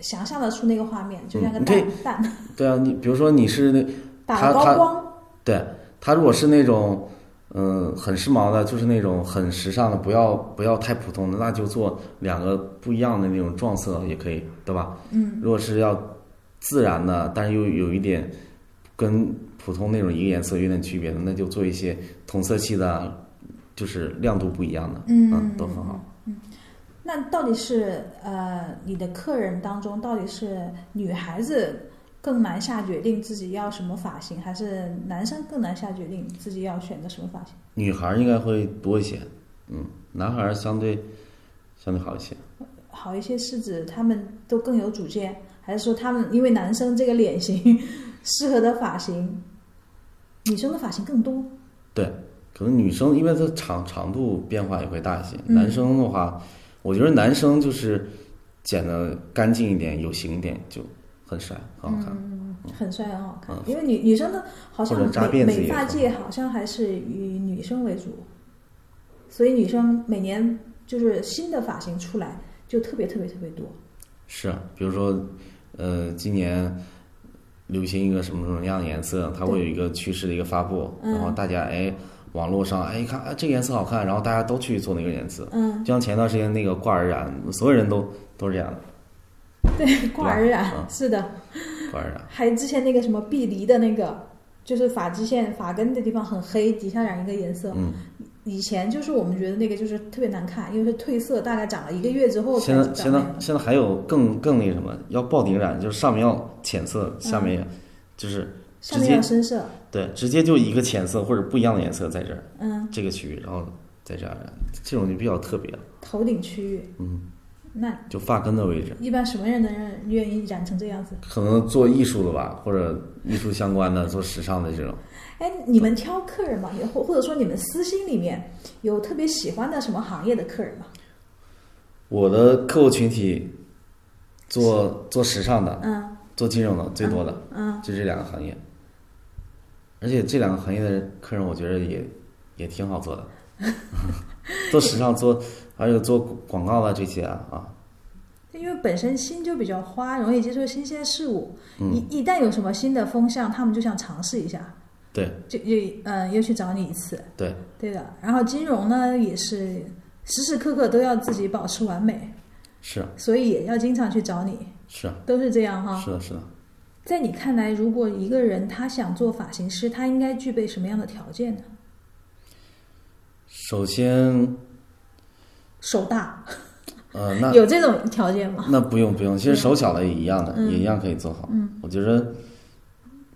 Speaker 1: 想象得出那个画面，就像个
Speaker 2: 嗯你可
Speaker 1: 蛋、
Speaker 2: 以
Speaker 1: 蛋
Speaker 2: 对啊，你比如说你是那
Speaker 1: 打
Speaker 2: 它
Speaker 1: 了
Speaker 2: 它
Speaker 1: 高光，
Speaker 2: 对他如果是那种嗯、很时髦的，就是那种很时尚的，不要不要太普通的，那就做两个不一样的那种撞色也可以，对吧？
Speaker 1: 嗯，
Speaker 2: 如果是要自然的，但是又有一点跟普通那种一个颜色有点区别的，那就做一些同色系的，就是亮度不一样的，
Speaker 1: 嗯
Speaker 2: 都很好。
Speaker 1: 那到底是呃，你的客人当中到底是女孩子更难下决定自己要什么发型，还是男生更难下决定自己要选择什么发型？
Speaker 2: 女孩儿应该会多一些，嗯，男孩儿相对相对好一些。
Speaker 1: 好一些是指他们都更有主见，还是说他们因为男生这个脸型适合的发型， 女生的发型更多？
Speaker 2: 对，可能女生因为它长长度变化也会大一些，
Speaker 1: 嗯
Speaker 2: 男生的话，我觉得男生就是剪的干净一点、有型一点就很帅、很好看。
Speaker 1: 嗯很帅，很好看
Speaker 2: 嗯。
Speaker 1: 因为女女生的好像
Speaker 2: 或者扎
Speaker 1: 美
Speaker 2: 辫子也
Speaker 1: 美发
Speaker 2: 很
Speaker 1: 界好像还是以女生为主，所以女生每年就是新的发型出来就特别特别特别多。
Speaker 2: 是啊，比如说，呃，今年流行一个什么什么样的颜色，它会有一个趋势的一个发布，
Speaker 1: 嗯
Speaker 2: 然后大家哎，网络上哎一看啊这个颜色好看，然后大家都去做那个颜色。
Speaker 1: 嗯，
Speaker 2: 就像前段时间那个挂耳染，所有人都都是这样的，
Speaker 1: 对，挂耳染、
Speaker 2: 嗯
Speaker 1: 是的，
Speaker 2: 挂耳染。
Speaker 1: 还之前那个什么碧梨的那个，就是发际线发根的地方很黑，底下染一个颜色。
Speaker 2: 嗯，
Speaker 1: 以前就是我们觉得那个就是特别难看，因为是褪色，大概长了一个月之后才
Speaker 2: 现在现
Speaker 1: 长
Speaker 2: 在
Speaker 1: 那样。
Speaker 2: 现在还有更更那什么，要爆顶染，就是上面要浅色，下面也就是
Speaker 1: 下
Speaker 2: 直接
Speaker 1: 面要深色，
Speaker 2: 对，直接就一个浅色或者不一样的颜色在这儿
Speaker 1: 嗯，
Speaker 2: 这个区域，然后再这样染，这种就比较特别了，
Speaker 1: 头顶区域，
Speaker 2: 嗯，
Speaker 1: 那
Speaker 2: 就发根的位置。
Speaker 1: 一般什么人能让愿意染成这样子？
Speaker 2: 可能做艺术的吧，或者艺术相关的，做时尚的这种。
Speaker 1: 哎，你们挑客人嘛，也或或者说你们私心里面有特别喜欢的什么行业的客人吗？
Speaker 2: 我的客户群体做做时尚的、
Speaker 1: 嗯
Speaker 2: 做金融的最多的，
Speaker 1: 嗯，
Speaker 2: 就这两个行业。而且这两个行业的客人，我觉得也也挺好做的， 做时尚做，还有做广告的这些啊啊，
Speaker 1: 因为本身心就比较花，容易接受新鲜事物，
Speaker 2: 嗯
Speaker 1: 一一旦有什么新的风向，他们就想尝试一下，
Speaker 2: 对
Speaker 1: 就又嗯又去找你一次，
Speaker 2: 对，
Speaker 1: 对的。然后金融呢也是时时刻刻都要自己保持完美，
Speaker 2: 是啊
Speaker 1: 所以也要经常去找你，
Speaker 2: 是啊
Speaker 1: 都是这样哈。
Speaker 2: 是的是的，
Speaker 1: 在你看来，如果一个人他想做发型师，他应该具备什么样的条件呢？
Speaker 2: 首先，
Speaker 1: 手大，
Speaker 2: 呃，那
Speaker 1: 有这种条件吗？
Speaker 2: 那不用不用，其实手小的也一样的，也一样可以做好。嗯，我觉得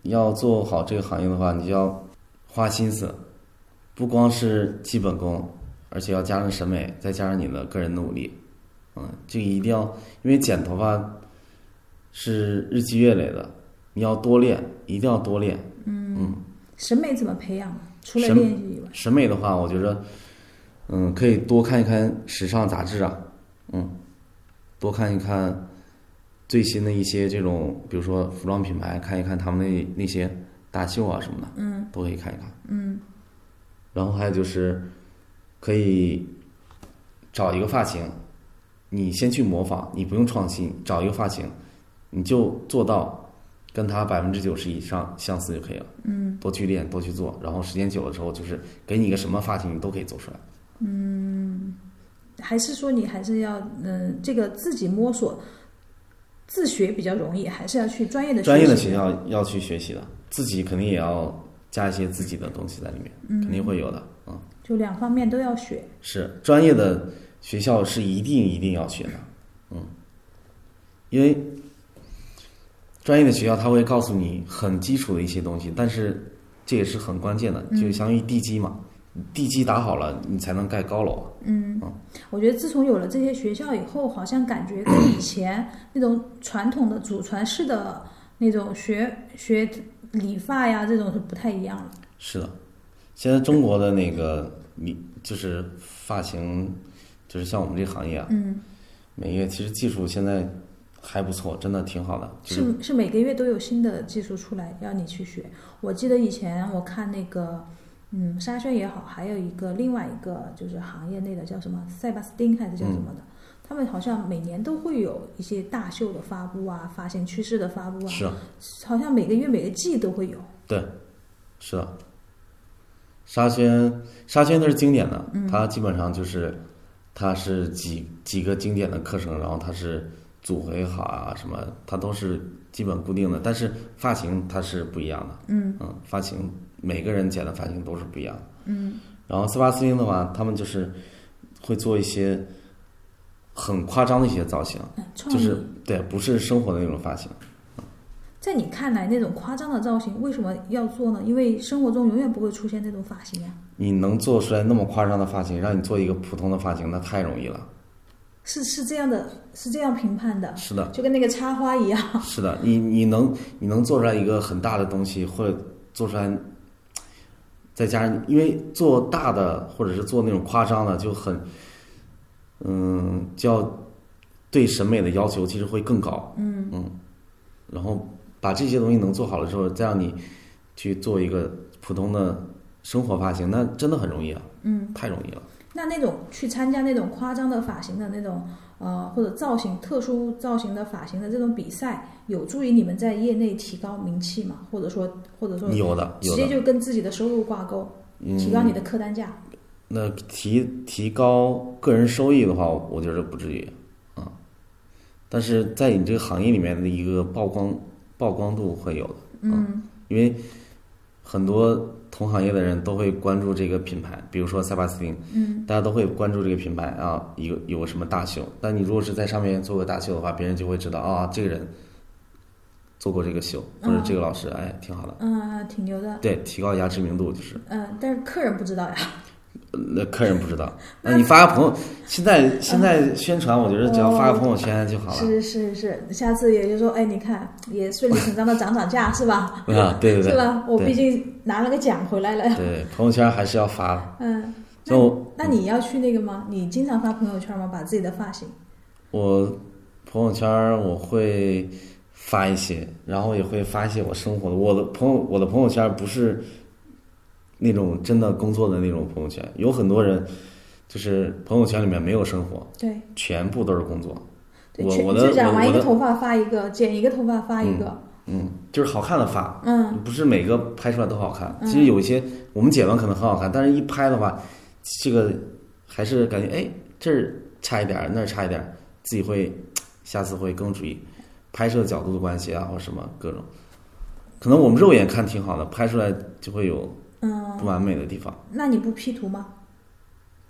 Speaker 2: 要做好这个行业的话，你就要花心思，不光是基本功，而且要加上审美，再加上你的个人努力。嗯，这个一定要，因为剪头发是日积月累的，你要多练，一定要多练。
Speaker 1: 审美怎么培养？啊除了
Speaker 2: 审
Speaker 1: 练习以外，
Speaker 2: 审美的话，我觉得，嗯，可以多看一看时尚杂志啊，嗯，多看一看最新的一些这种，比如说服装品牌，看一看他们那那些大秀啊什么的，嗯，都可以看一看，嗯。然后还有就是，可以找一个发型，你先去模仿，你不用创新，找一个发型，你就做到跟他百分之九十以上相似就可以了。多去练，多去做，然后时间久了之后，就是给你一个什么发型，你都可以做出来。
Speaker 1: 还是说你还是要嗯、这个自己摸索、自学比较容易，还是要去专业的
Speaker 2: 专业的
Speaker 1: 习
Speaker 2: 学校要去学习的，自己肯定也要加一些自己的东西在里面，肯定会有的。嗯，
Speaker 1: 就两方面都要学。
Speaker 2: 是专业的学校是一定一定要学的，嗯，因为专业的学校它会告诉你很基础的一些东西，但是这也是很关键的，就相当于地基嘛，地基打好了，你才能盖高楼啊。
Speaker 1: 我觉得自从有了这些学校以后，好像感觉跟以前 那种传统的祖传式的那种学学理发呀这种是不太一样了。
Speaker 2: 是的，现在中国的那个你就是发型，就是像我们这个行业啊，
Speaker 1: 嗯，
Speaker 2: 美业其实技术现在还不错，真的挺好的，就是
Speaker 1: 是是每个月都有新的技术出来让你去学。我记得以前我看那个，嗯，沙宣也好，还有一个另外一个就是行业内的叫什么塞巴斯汀还是叫什么
Speaker 2: 嗯
Speaker 1: 的，他们好像每年都会有一些大秀的发布啊，发现趋势的发布啊，
Speaker 2: 是啊，
Speaker 1: 好像每个月每个季都会有。
Speaker 2: 对，是的。沙宣，沙宣它是经典的，
Speaker 1: 嗯
Speaker 2: 它基本上就是，它是几几个经典的课程，然后它是组合也好啊，什么它都是基本固定的，但是发型它是不一样的，
Speaker 1: 嗯
Speaker 2: 嗯，发型每个人剪的发型都是不一样的。
Speaker 1: 嗯
Speaker 2: 然后斯巴斯汀的话，他们就是会做一些很夸张的一些造型，
Speaker 1: 嗯，创
Speaker 2: 就
Speaker 1: 意。
Speaker 2: 是对，不是生活的那种发型。
Speaker 1: 在你看来，那种夸张的造型为什么要做呢？因为生活中永远不会出现那种发型啊，
Speaker 2: 你能做出来那么夸张的发型，让你做一个普通的发型，那太容易了。
Speaker 1: 是是这样的，是这样评判的，
Speaker 2: 是的，
Speaker 1: 就跟那个插花一样。
Speaker 2: 是的，你你能你能做出来一个很大的东西，或者做出来，再加上因为做大的或者是做那种夸张的就很，嗯，叫对审美的要求其实会更高，嗯然后把这些东西能做好了之后，再让你去做一个普通的生活发型，那真的很容易啊，
Speaker 1: 嗯，
Speaker 2: 太容易了。
Speaker 1: 那那种去参加那种夸张的发型的那种呃或者造型特殊造型的发型的这种比赛，有助于你们在业内提高名气嘛？或者说或者说
Speaker 2: 有的，
Speaker 1: 直
Speaker 2: 有
Speaker 1: 接
Speaker 2: 的，
Speaker 1: 就跟自己的收入挂钩，
Speaker 2: 嗯，哦
Speaker 1: 提高你的客单价。
Speaker 2: 那提提高个人收益的话，我觉得不至于啊。但是在你这个行业里面的一个曝光曝光度会有的，
Speaker 1: 嗯
Speaker 2: 因为很多同行业的人都会关注这个品牌，比如说塞巴斯汀，
Speaker 1: 嗯，
Speaker 2: 大家都会关注这个品牌啊，有有什么大秀。但你如果是在上面做个大秀的话，别人就会知道啊，这个人做过这个秀，或者这个老师，哎，挺好的。
Speaker 1: 嗯、呃挺牛的。
Speaker 2: 对，提高一下知名度就是。
Speaker 1: 嗯、但是客人不知道呀。
Speaker 2: 那客人不知道，
Speaker 1: 嗯
Speaker 2: 那你发个朋友，现在现在宣传，我觉得只要发个朋友圈就好了。
Speaker 1: 是是是，下次也就说，哎，你看也顺理成章的涨涨价是吧？
Speaker 2: 啊，对对
Speaker 1: 哦是
Speaker 2: 对，
Speaker 1: 吧？我毕竟拿了个奖回来了。
Speaker 2: 对朋友圈还是要发的。
Speaker 1: 嗯，
Speaker 2: 所以我
Speaker 1: 那你要去那个吗？你经常发朋友圈吗？把自己的发型？
Speaker 2: 我朋友圈我会发一些，然后也会发一些我生活的。我的朋友我的朋友圈不是那种真的工作的那种朋友圈，有很多人就是朋友圈里面没有生活，
Speaker 1: 对
Speaker 2: 全部都是工作。
Speaker 1: 对，
Speaker 2: 我
Speaker 1: 全
Speaker 2: 我的
Speaker 1: 就染
Speaker 2: 我
Speaker 1: 完一
Speaker 2: 我
Speaker 1: 个
Speaker 2: 的
Speaker 1: 头发发一个，剪一个头发发一个。
Speaker 2: 嗯，就是好看的发，
Speaker 1: 嗯，
Speaker 2: 不是每个拍出来都好看。
Speaker 1: 嗯
Speaker 2: 其实有一些我们剪完可能很好看，但是一拍的话，这个还是感觉哎这儿差一点，儿，那儿差一点，儿，自己会下次会更注意拍摄角度的关系啊，或什么各种。可能我们肉眼看挺好的，拍出来就会有
Speaker 1: 嗯，
Speaker 2: 不完美的地方。
Speaker 1: 那你不 P 图 吗？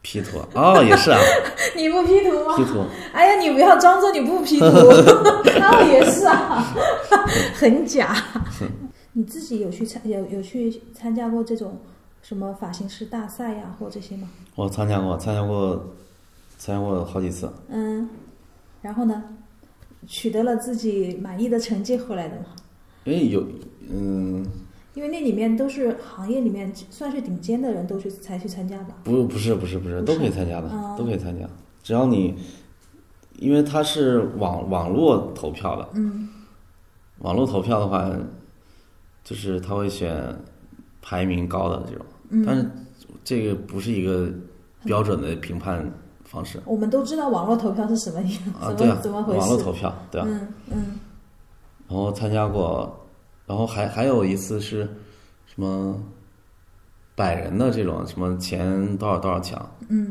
Speaker 2: P 图哦，也是啊
Speaker 1: 你不 P 图吗？
Speaker 2: ，P 图
Speaker 1: 哎呀，你不要装作你不 P 图，那我也是啊，很 假。你自己有去参有有去参加过这种什么发型师大赛呀、或这些吗？
Speaker 2: 我参加过，参加过，参加过好几次。
Speaker 1: 嗯，然后呢，取得了自己满意的成绩回来的嘛？
Speaker 2: 因为有嗯，
Speaker 1: 因为那里面都是行业里面算是顶尖的人都去才去参加吧。
Speaker 2: 不，不是，不是，不是，
Speaker 1: 不
Speaker 2: 都
Speaker 1: 是
Speaker 2: 可以参加的，
Speaker 1: 嗯
Speaker 2: 都可以参加。只要你，因为它是网网络投票的，
Speaker 1: 嗯
Speaker 2: 网络投票的话，就是他会选排名高的这种，但
Speaker 1: 嗯，
Speaker 2: 是这个不是一个标准的评判方 式
Speaker 1: 我们都知道网络投票是什么样，
Speaker 2: 啊，
Speaker 1: 怎
Speaker 2: 对
Speaker 1: 么、
Speaker 2: 啊，
Speaker 1: 怎么回
Speaker 2: 网络
Speaker 1: 事？
Speaker 2: 投票，对啊，
Speaker 1: 嗯嗯
Speaker 2: 然后参加过，然后还还有一次是什么百人的这种什么前多少多少强，
Speaker 1: 嗯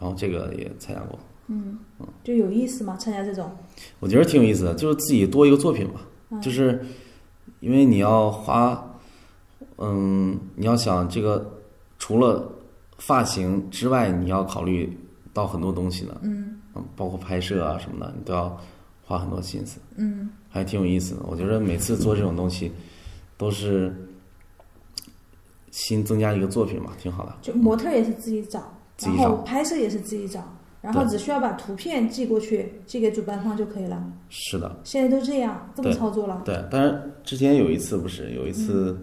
Speaker 2: 然后这个也参加过。
Speaker 1: 嗯，就有意思嘛，参加这种。
Speaker 2: 我觉得挺有意思的，就是自己多一个作品吧，
Speaker 1: 嗯
Speaker 2: 就是因为你要花，嗯，你要想这个除了发型之外，你要考虑到很多东西呢，
Speaker 1: 嗯
Speaker 2: 嗯，包括拍摄啊什么的，你都要花很多心思，
Speaker 1: 嗯
Speaker 2: 还挺有意思的。我觉得每次做这种东西都是新增加一个作品嘛，挺好的。
Speaker 1: 就模特儿也是自己找，
Speaker 2: 自己
Speaker 1: 然后
Speaker 2: 找
Speaker 1: 拍摄也是自己找，然后
Speaker 2: 对
Speaker 1: 只需要把图片寄过去，寄给主办方就可以了。
Speaker 2: 是的，
Speaker 1: 现在都这样这么
Speaker 2: 对
Speaker 1: 操作了。
Speaker 2: 对。但是之前有一次不是有一次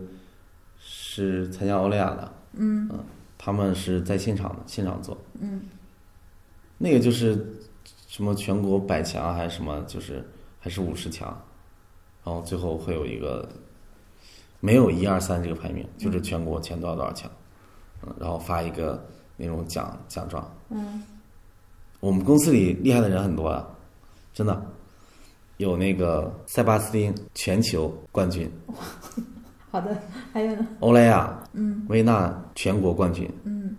Speaker 2: 是参加欧莱雅的，嗯、呃，他们是在现场的，现场做，嗯，那个就是什么全国百强还是什么，就是还是五十强，然后最后会有一个没有一二三这个排名，就是全国前多少多少强，嗯，然后发一个那种奖奖状，嗯，我们公司里厉害的人很多啊，真的。有那个塞巴斯汀全球冠军，
Speaker 1: 好的，还有呢？
Speaker 2: 欧莱雅，嗯，维纳全国冠军，嗯，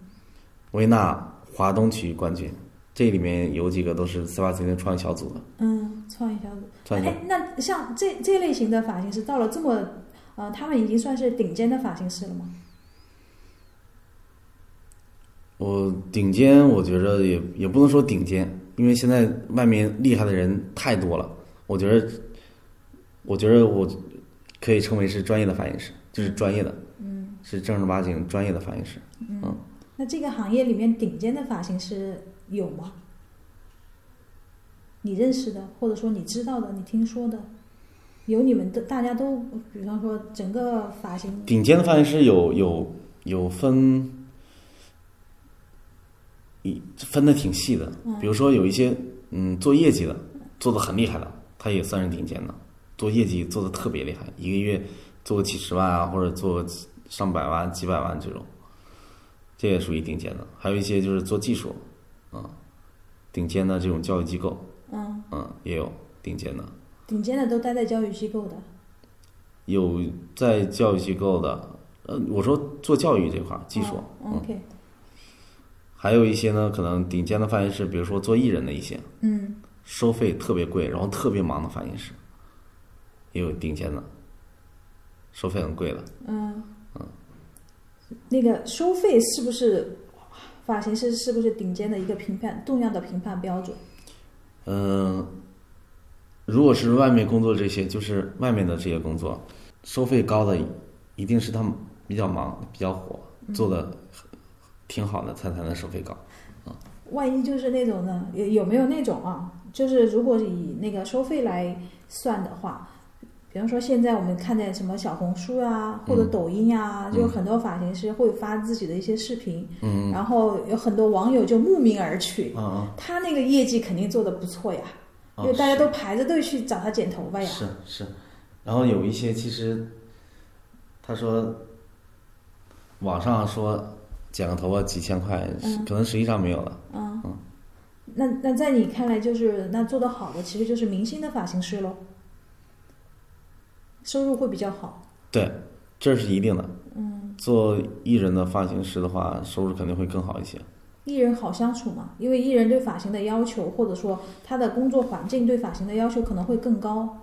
Speaker 2: 维纳华东区冠军，这里面有几个都是塞巴斯汀的创意小组的。
Speaker 1: 嗯，创意小组。
Speaker 2: 创意小
Speaker 1: 哎，那像这这类型的发型师，到了这么，呃，他们已经算是顶尖的发型师了吗？
Speaker 2: 我顶尖，我觉着也也不能说顶尖，因为现在外面厉害的人太多了。我觉得，我觉得我可以称为是专业的发型师，就是专业的，嗯，是正儿八经专业的发型师。
Speaker 1: 那这个行业里面顶尖的发型师有吗？你认识的，或者说你知道的，你听说的，有你们的，大家都，比方说整个发型，
Speaker 2: 顶尖的发型师有有有分，一分的挺细的，比如说有一些嗯做业绩的做的很厉害的，他也算是顶尖的，做业绩做的特别厉害，一个月做几十万啊，或者做上百万、几百万这种，这也属于顶尖的。还有一些就是做技术，啊、顶尖的这种教育机构，
Speaker 1: 嗯，
Speaker 2: 嗯，也有顶尖的。
Speaker 1: 顶尖的都待在教育机构的，
Speaker 2: 有在教育机构的，呃，我说做教育这块儿技术，
Speaker 1: 嗯，OK，
Speaker 2: 还有一些呢，可能顶尖的发型师，比如说做艺人的一些，
Speaker 1: 嗯，
Speaker 2: 收费特别贵，然后特别忙的发型师，也有顶尖的，收费很贵的。
Speaker 1: 嗯那个收费是不是发型师是不是顶尖的一个评判重要的评判标准？
Speaker 2: 嗯、如果是外面工作这些，就是外面的这些工作，收费高的一定是他们比较忙、比较火，
Speaker 1: 嗯
Speaker 2: 做的挺好的，才才能收费高。
Speaker 1: 万一就是那种呢？有有没有那种啊？就是如果以那个收费来算的话，比方说现在我们看见什么小红书啊，或者抖音呀、啊，就很多发型师会发自己的一些视频，嗯，然后有很多网友就慕名而去，
Speaker 2: 嗯嗯，
Speaker 1: 他那个业绩肯定做的不错呀，因为大家都排着队去找他剪头发呀，
Speaker 2: 啊是是，然后有一些其实，他说，网上说剪个头发啊几千块，可能实际上没有了。
Speaker 1: 那那在你看来，就是那做得好的，其实就是明星的发型师喽，收入会比较好。
Speaker 2: 对，这是一定的。嗯，做艺人的发型师的话，收入肯定会更好一些。
Speaker 1: 艺人好相处嘛，因为艺人对发型的要求，或者说他的工作环境对发型的要求可能会更高。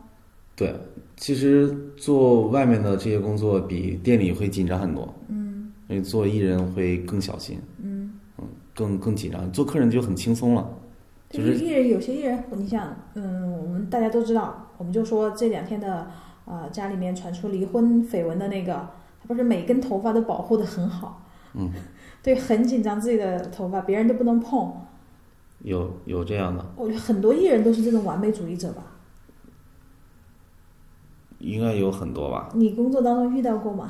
Speaker 2: 对，其实做外面的这些工作比店里会紧张很多。嗯，因为做艺人会更小心。嗯更更紧张，做客人就很轻松了。就
Speaker 1: 对
Speaker 2: 是
Speaker 1: 于艺人，有些艺人，你想，嗯，我们大家都知道，我们就说这两天的，呃，家里面传出离婚绯闻的那个，他不是每根头发都保护的很好，嗯， 对，很紧张自己的头发，别人都不能碰。
Speaker 2: 有有这样的，
Speaker 1: 我觉得很多艺人都是这种完美主义者吧。
Speaker 2: 应该有很多吧？
Speaker 1: 你工作当中遇到过吗？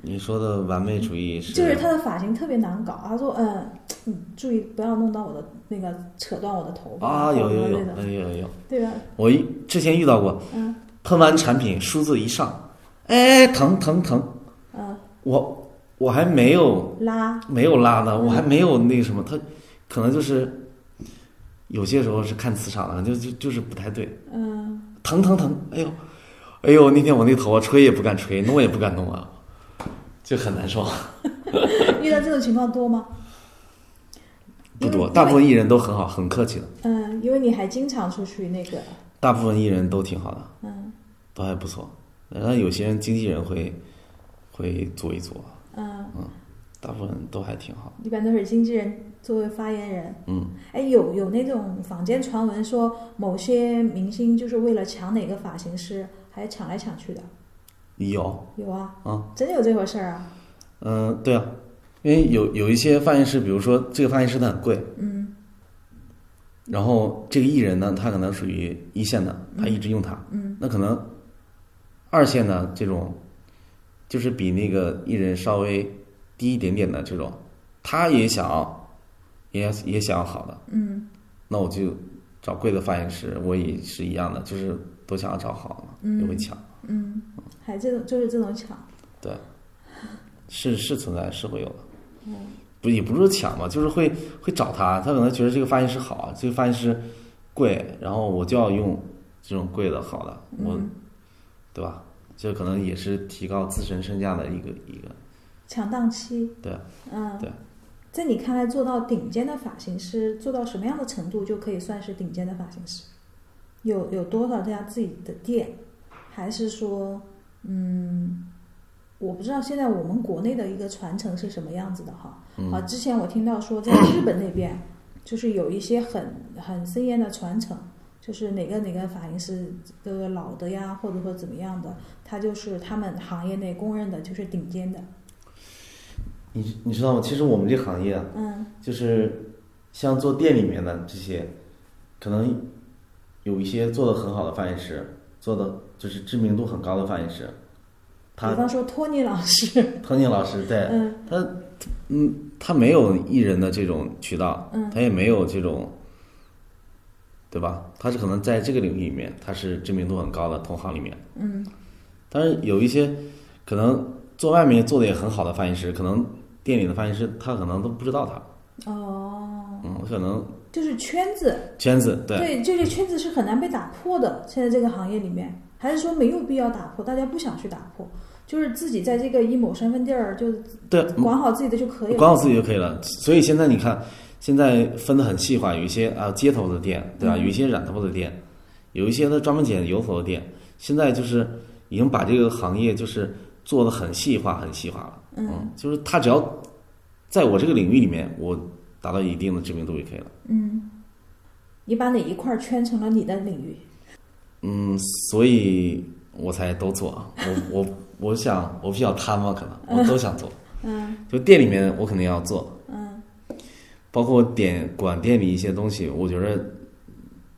Speaker 2: 你说的完美主义是？
Speaker 1: 就是他的发型特别难搞，他说：“嗯，你注意不要弄到我的那个，扯断我的头发
Speaker 2: 啊，有有有
Speaker 1: 那种
Speaker 2: 有有有。
Speaker 1: 对吧？
Speaker 2: 我一之前遇到过，
Speaker 1: 嗯
Speaker 2: 喷完产品数字一上，哎，疼疼疼，
Speaker 1: 嗯，
Speaker 2: 我我还没有
Speaker 1: 拉
Speaker 2: 没有拉呢，我还没有那个什么，他可能就是有些时候是看磁场了，就就就是不太对，
Speaker 1: 嗯，
Speaker 2: 疼疼疼，哎呦哎呦，那天我那头发吹也不敢吹，弄也不敢弄啊，就很难受，
Speaker 1: 遇到这种情况多吗？
Speaker 2: 不
Speaker 1: 因
Speaker 2: 多，
Speaker 1: 为
Speaker 2: 大部分艺人都很好，很客气的，
Speaker 1: 嗯，因为你还经常出去那个，
Speaker 2: 大部分艺人都挺好的，
Speaker 1: 嗯
Speaker 2: 都还不错，但有些人经纪人会会做一做，
Speaker 1: 嗯，
Speaker 2: 大部分都还挺好。
Speaker 1: 一般都是经纪人作为发言人。
Speaker 2: 嗯，
Speaker 1: 哎，有有那种坊间传闻说，某些明星就是为了抢哪个发型师，还抢来抢去的，
Speaker 2: 有，
Speaker 1: 有啊，
Speaker 2: 啊，
Speaker 1: 真有这回事儿啊？
Speaker 2: 嗯、对啊，因为有有一些发型师，比如说这个发型师他很贵，
Speaker 1: 嗯
Speaker 2: 然后这个艺人呢，他可能属于一线的，他一直用他，
Speaker 1: 嗯，
Speaker 2: 那可能二线的这种，就是比那个艺人稍微低一点点的这种，他也想要，也也想要好的，
Speaker 1: 嗯
Speaker 2: 那我就找贵的发型师，我也是一样的，就是都想要找好的，
Speaker 1: 嗯
Speaker 2: 也会抢。
Speaker 1: 嗯，还这种就是这种抢，
Speaker 2: 对，是是存在，是会有的。
Speaker 1: 嗯
Speaker 2: 不也不是说抢嘛，就是会会找他，他可能觉得这个发型师好，啊这个发型师贵，然后我就要用这种贵的好的，我、
Speaker 1: 嗯，
Speaker 2: 对吧？这可能也是提高自身身价的一个一个，
Speaker 1: 抢档期，
Speaker 2: 对，
Speaker 1: 嗯，
Speaker 2: 对。
Speaker 1: 在你看来，做到顶尖的发型师，做到什么样的程度就可以算是顶尖的发型师？有有多少家自己的店，还是说，嗯，我不知道现在我们国内的一个传承是什么样子的哈。
Speaker 2: 嗯
Speaker 1: 啊，之前我听到说在日本那边，就是有一些很很森严的传承，就是哪个哪个发型师这个老的呀，或者说怎么样的，他就是他们行业内公认的就是顶尖的。
Speaker 2: 你你知道吗？其实我们这行业啊，
Speaker 1: 嗯
Speaker 2: 就是像做店里面的这些，可能有一些做的很好的发型师，做的就是知名度很高的发型师，
Speaker 1: 比
Speaker 2: 他
Speaker 1: 方说托尼老师，
Speaker 2: 汤宁老师对，
Speaker 1: 嗯
Speaker 2: 他，嗯，他没有艺人的这种渠道，
Speaker 1: 嗯
Speaker 2: 他也没有这种，对吧？他是可能在这个领域里面，他是知名度很高的同行里面，
Speaker 1: 嗯
Speaker 2: 但是有一些可能做外面做的也很好的发型师，可能店里的发型师他可能都不知道他，
Speaker 1: 哦，
Speaker 2: 嗯，可能
Speaker 1: 就是圈子，
Speaker 2: 圈子对
Speaker 1: 对，这个圈子是很难被打破的。现在这个行业里面，还是说没有必要打破，大家不想去打破，就是自己在这个一亩三分地儿就
Speaker 2: 对，
Speaker 1: 管好自己的就可以了。
Speaker 2: 嗯管好自己就可以了。所以现在你看，现在分得很细化，有一些啊街头的店，对吧？有一些染头发的店，有一些呢专门剪油头的店。现在就是已经把这个行业就是做的很细化，很细化了。嗯，就是他只要在我这个领域里面，我达到一定的知名度就可以了。
Speaker 1: 你把哪一块儿圈成了你的领域？
Speaker 2: 嗯，所以我才都做。啊我我我想我比较贪嘛，可能我都想做。
Speaker 1: 嗯
Speaker 2: 就店里面我肯定要做，
Speaker 1: 嗯
Speaker 2: 包括点管店里一些东西，我觉得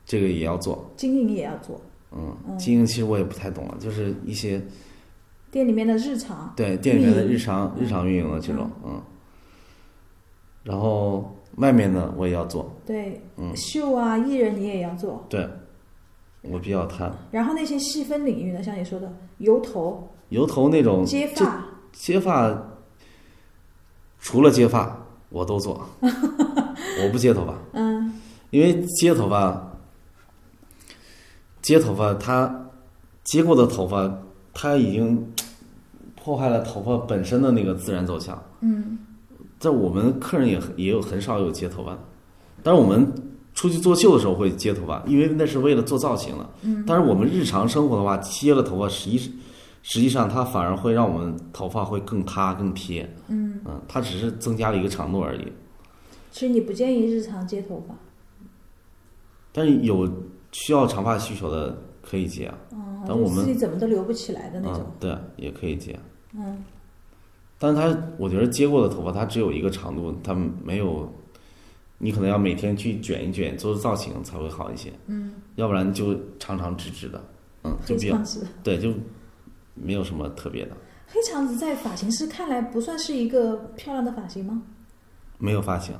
Speaker 2: 这个也要做。
Speaker 1: 经营也要做，
Speaker 2: 嗯
Speaker 1: 嗯，
Speaker 2: 经营其实我也不太懂了，啊就是一些
Speaker 1: 店里面的日常，
Speaker 2: 对店里面的
Speaker 1: 运营
Speaker 2: 日常日常运营的这种，嗯。然后外面呢，我也要做，
Speaker 1: 对，
Speaker 2: 嗯
Speaker 1: 秀啊，艺人你也要做。
Speaker 2: 对，我比较贪
Speaker 1: 然后那些细分领域呢，像你说的油头、
Speaker 2: 油头那种
Speaker 1: 接
Speaker 2: 嗯就
Speaker 1: 发，
Speaker 2: 接发，除了接发我都做，我不接头发，
Speaker 1: 嗯
Speaker 2: 因为接头发，接头发，它接过的头发，它已经破坏了头发本身的那个自然走向。
Speaker 1: 嗯
Speaker 2: 在我们客人也很也有很少有接头发的，但是我们出去做秀的时候会接头发，因为那是为了做造型了。嗯，但是我们日常生活的话，接了头发，实际实际上它反而会让我们头发会更塌更贴。
Speaker 1: 嗯，
Speaker 2: 嗯，它只是增加了一个长度而已。
Speaker 1: 其实你不建议日常接头发。
Speaker 2: 但是有需要长发需求的可以接啊，
Speaker 1: 哦，
Speaker 2: 但
Speaker 1: 就
Speaker 2: 我
Speaker 1: 自
Speaker 2: 们
Speaker 1: 己怎么都留不起来的那
Speaker 2: 嗯
Speaker 1: 种。，
Speaker 2: 对，也可以接。
Speaker 1: 嗯
Speaker 2: 但是它，我觉得接过的头发它只有一个长度，它没有，你可能要每天去卷一卷，做造型才会好一些，
Speaker 1: 嗯，
Speaker 2: 要不然就长长直直的，嗯，就
Speaker 1: 黑
Speaker 2: 比较
Speaker 1: 长直，
Speaker 2: 对，就没有什么特别的，
Speaker 1: 黑长直在发型师看来不算是一个漂亮的发型吗？
Speaker 2: 没有发型，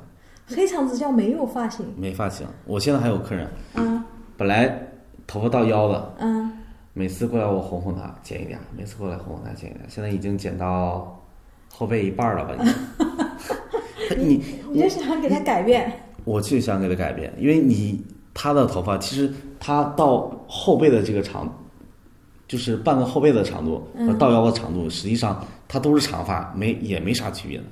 Speaker 1: 黑长直叫没有发型。
Speaker 2: 没发型。我现在还有客人，
Speaker 1: 嗯
Speaker 2: 本来头发到腰的，
Speaker 1: 嗯，
Speaker 2: 每次过来我哄哄他剪一点儿，每次过来哄哄他剪一点儿，现在已经剪到后背一半儿了吧？已经你
Speaker 1: 你就想给他改变。
Speaker 2: 我就想给他改变，因为你他的头发其实他到后背的这个长，就是半个后背的长度和到腰的长度，实际上它都是长发，没也没啥区别的。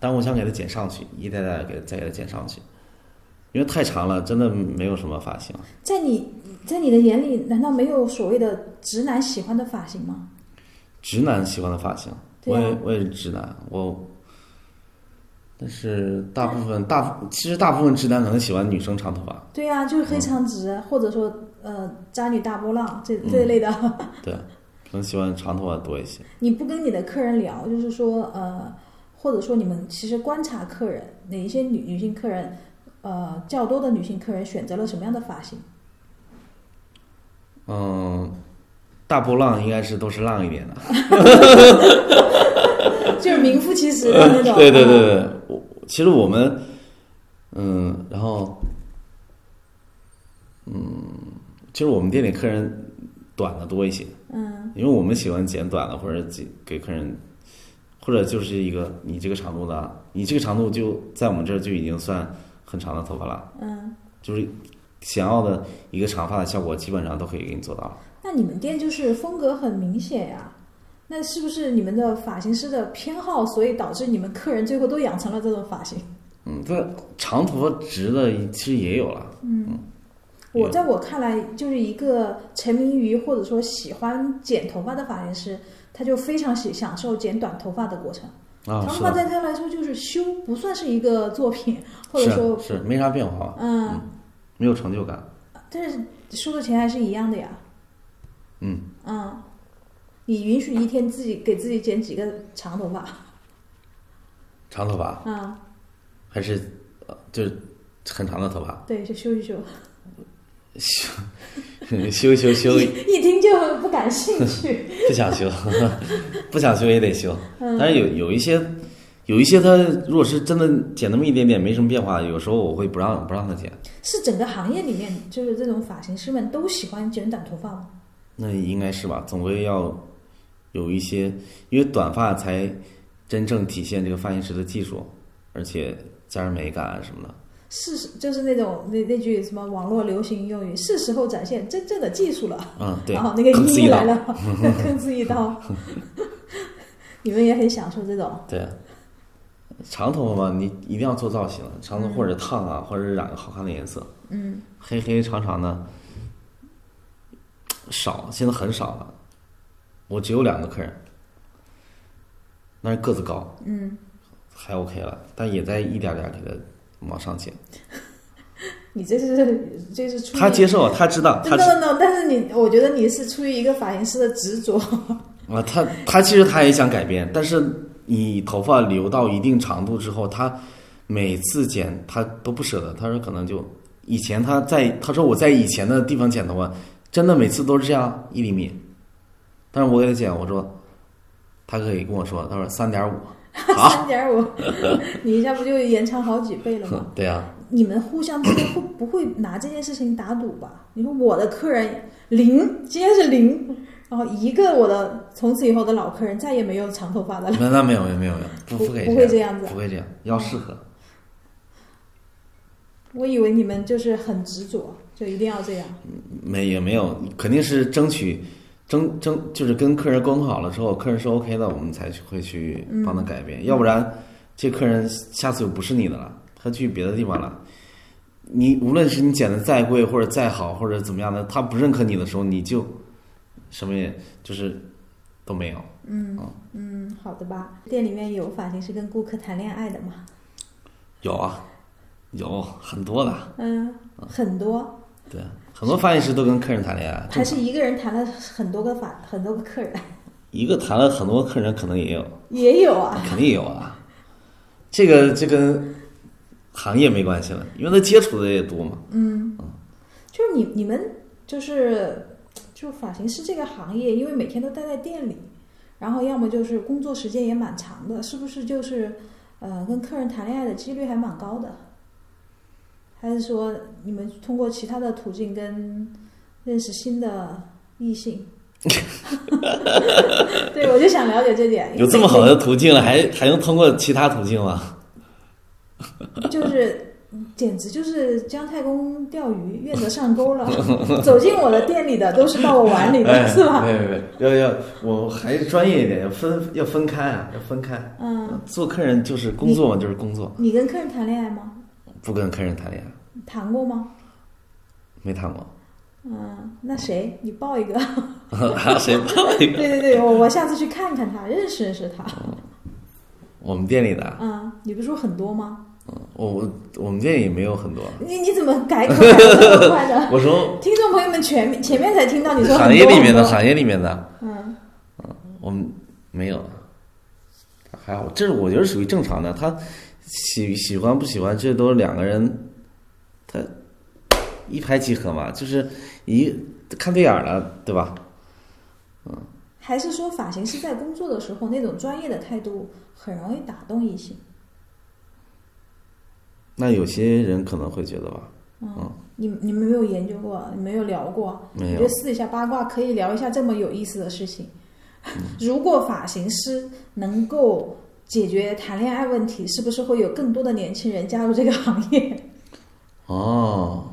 Speaker 2: 但我想给它剪上去，一代代给再给它剪上去，因为太长了，真的没有什么发型。
Speaker 1: 在你在你的眼里，难道没有所谓的直男喜欢的发型吗？
Speaker 2: 直男喜欢的发型，
Speaker 1: 对
Speaker 2: 我
Speaker 1: 啊
Speaker 2: 也我也是直男，我。但是大部分大其实大部分直男可能喜欢女生长头发，
Speaker 1: 对呀、就是黑长直，或者说呃渣女大波浪这
Speaker 2: 嗯
Speaker 1: 这一类的。
Speaker 2: 对，可能喜欢长头发多一些。
Speaker 1: 你不跟你的客人聊，就是说呃，或者说你们其实观察客人哪一些女女性客人，呃，较多的女性客人选择了什么样的发 型？
Speaker 2: 嗯，大波浪应该是都是浪一点的，
Speaker 1: 就是名副其实的那种。
Speaker 2: 对对对对，我其实我们，嗯，然后，嗯，其实我们店里客人短的多一些，
Speaker 1: 嗯
Speaker 2: 因为我们喜欢剪短的，或者给给客人，或者就是一个你这个长度的，你这个长度就在我们这儿就已经算很长的头发了，
Speaker 1: 嗯。
Speaker 2: 就是想要的一个长发的效果，基本上都可以给你做到了。
Speaker 1: 那你们店就是风格很明显呀、那是不是你们的发型师的偏好，所以导致你们客人最后都养成了这种发型？
Speaker 2: 嗯，这长头发直的其实也有了，
Speaker 1: 我在我看来，就是一个沉迷于或者说喜欢剪头发的发型师，他就非常喜享受剪短头发的过程。
Speaker 2: 啊，
Speaker 1: 长
Speaker 2: 是
Speaker 1: 发
Speaker 2: 的，
Speaker 1: 对他来说就是修，不算是一个作品，或者说，
Speaker 2: 是是啊没啥变化，
Speaker 1: 嗯，
Speaker 2: 没有成就感。
Speaker 1: 但是收的钱还是一样的呀。
Speaker 2: 嗯
Speaker 1: 嗯，你允许一天自己给自己剪几个长头发？
Speaker 2: 长头发
Speaker 1: 嗯，
Speaker 2: 还是呃就是很长的头发，
Speaker 1: 对，就修一修。
Speaker 2: 修修修
Speaker 1: 一听就不感兴趣。
Speaker 2: 不想修， 不想修也得修。
Speaker 1: 嗯
Speaker 2: 但是有有一些有一些他如果是真的剪那么一点点没什么变化，有时候我会不让不让他剪。
Speaker 1: 是整个行业里面，就是这种发型师们都喜欢卷短头发吗？
Speaker 2: 那应该是吧，总归要有一些，因为短发才真正体现这个发型师的技术，而且加上美感啊什么的。
Speaker 1: 是，就是那种那那句什么网络流行用语，是时候展现真正的技术了。
Speaker 2: 嗯，对，
Speaker 1: 然哦后那个
Speaker 2: 更自
Speaker 1: 音
Speaker 2: 一
Speaker 1: 来
Speaker 2: 刀。
Speaker 1: 了， 坑自一刀。 你们也很享受这种，
Speaker 2: 对，长头发嘛，你一定要做造型，长头或者烫啊，或者染个好看的颜色，
Speaker 1: 嗯，
Speaker 2: 黑黑长长的少，现在很少了。我只有两个客人，但是个子高，嗯，还 OK 了，但也在一点点给他往上减。
Speaker 1: 你这是这是出于
Speaker 2: 他接受，他知道，
Speaker 1: no
Speaker 2: 他知
Speaker 1: no no，但是你我觉得你是出于一个发型师的执着，
Speaker 2: 啊，他他其实他也想改变，但是你头发留到一定长度之后，他每次剪他都不舍得，他说可能就以前他在他说我在以前的地方剪头发，真的每次都是这样一厘米，但是我给他剪，我说他可以跟我说，他说三点五，好，
Speaker 1: 三点五， 你一下不就延长好几倍了吗？
Speaker 2: 哼 对啊，
Speaker 1: 你们互相之间会 不会拿这件事情打赌吧？你说我的客人零，今天是零，然后一个我的从此以后的老客人再也没有长头发的了。
Speaker 2: 那那没有没有没有没有，不
Speaker 1: 不
Speaker 2: 不可以
Speaker 1: 不会这样子
Speaker 2: 不会这样，要适合，
Speaker 1: 我以为你们就是很执着，就一定要这样。
Speaker 2: 没也没有，肯定是争取争争，就是跟客人沟通好了之后，客人是 OK 的，我们才去会去帮他改变，要不然这客人下次就不是你的了，他去别的地方了。你无论是你剪的再贵或者再好或者怎么样的，他不认可你的时候，你就什么也就是都没有。
Speaker 1: 嗯，好的吧。店里面有发型师跟顾客谈恋爱的吗？
Speaker 2: 有啊，有很多的，
Speaker 1: 嗯，很多，
Speaker 2: 对，很多发型师都跟客人谈恋爱，啊
Speaker 1: 还是一个人谈了很多个发很多个客人，
Speaker 2: 一个谈了很多客人可能也有。
Speaker 1: 也有啊。
Speaker 2: 肯定有啊，这个这跟行业没关系了，因为他接触的也多嘛。
Speaker 1: 就是你你们就是就发型师这个行业，因为每天都待在店里，然后要么就是工作时间也蛮长的，是不是就是呃跟客人谈恋爱的几率还蛮高的？还是说你们通过其他的途径跟认识新的异性？ 对，我就想了解这点。因为
Speaker 2: 有这么好的途径了，还还能通过其他途径吗？
Speaker 1: 就是简直就是姜太公钓鱼，愿者上钩了。 走进我的店里的都是到我碗里
Speaker 2: 哎
Speaker 1: 的，是吧？
Speaker 2: 没有没有，要要，我还是专业一点，要分要分开啊，要分开。
Speaker 1: 嗯，
Speaker 2: 做客人就是工作嘛，就是工作，
Speaker 1: 你跟客人谈恋爱吗？
Speaker 2: 不跟客人谈恋爱，
Speaker 1: 谈过吗？
Speaker 2: 没谈过。
Speaker 1: 嗯，那谁，你报一个。
Speaker 2: 谁
Speaker 1: 对对对，我我下次去看看他，认识认识他。
Speaker 2: 我们店里的，
Speaker 1: 嗯，你不是说很多吗？
Speaker 2: 嗯我我我们店里没有很多。
Speaker 1: 你你怎么改口改的这么快 的？
Speaker 2: 我说
Speaker 1: 听众朋友们前面前面才听到你说很多
Speaker 2: 行业里面
Speaker 1: 很
Speaker 2: 的，
Speaker 1: 多
Speaker 2: 行业里面的，
Speaker 1: 嗯
Speaker 2: 我们没有，还好，这是我觉得属于正常的。他喜喜欢不喜欢，这都是两个人，他一拍即合嘛，就是一看对眼儿了，对吧？
Speaker 1: 还是说发型师在工作的时候那种专业的态度很容易打动异性？
Speaker 2: 那有些人可能会觉得吧，嗯，
Speaker 1: 你你们没有研究过，你没有聊过，
Speaker 2: 没有
Speaker 1: 我觉得私底下八卦可以聊一下这么有意思的事情。
Speaker 2: 嗯
Speaker 1: 如果发型师能够解决谈恋爱问题，是不是会有更多的年轻人加入这个行业？
Speaker 2: 哦，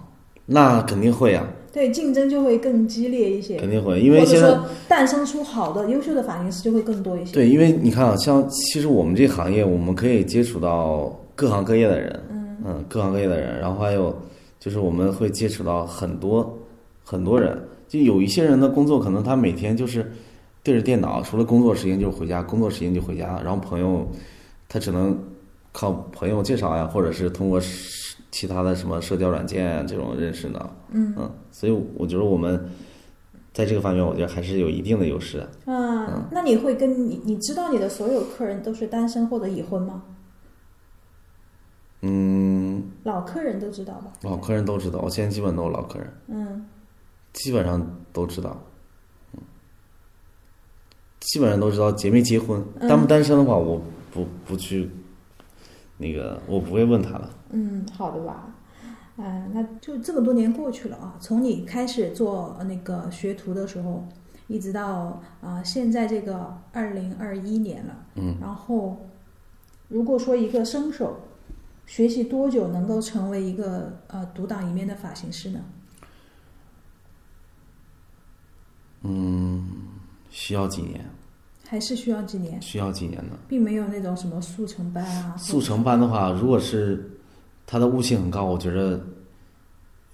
Speaker 2: 那肯定会啊，
Speaker 1: 对，竞争就会更激烈一些。
Speaker 2: 肯定会，因为
Speaker 1: 或者
Speaker 2: 现在
Speaker 1: 说诞生出好的、优秀的发型师就会更多一些。
Speaker 2: 对，因为你看啊，像其实我们这行业，我们可以接触到各行各业的人，嗯各行各业的人，然后还有就是我们会接触到很多很多人，就有一些人的工作可能他每天就是对着电脑，除了工作时间就是回家，工作时间就回家，然后朋友他只能靠朋友介绍呀，或者是通过是其他的什么社交软件啊这种认识的，嗯所以我觉得我们在这个方面，我觉得还是有一定的优势的。
Speaker 1: 啊，那你会跟你你知道你的所有客人都是单身或者已婚吗？嗯，老客人都知道吧？
Speaker 2: 老客人都知道，我现在基本都是老客人，
Speaker 1: 嗯，
Speaker 2: 基本上都知道，嗯，基本上都知道结没结婚，
Speaker 1: 嗯
Speaker 2: 单不单身的话，我不不去那个，我不会问他了。
Speaker 1: 嗯，好的吧。啊、那就这么多年过去了啊，从你开始做呃那个学徒的时候，一直到啊、现在这个二零二一年了，嗯，然后如果说一个生手学习多久能够成为一个呃独当一面的发型师呢？
Speaker 2: 需要几年？
Speaker 1: 还是需要几年？
Speaker 2: 需要几年呢？
Speaker 1: 并没有那种什么速成班啊，
Speaker 2: 速成班的话，如果是他的悟性很高，我觉得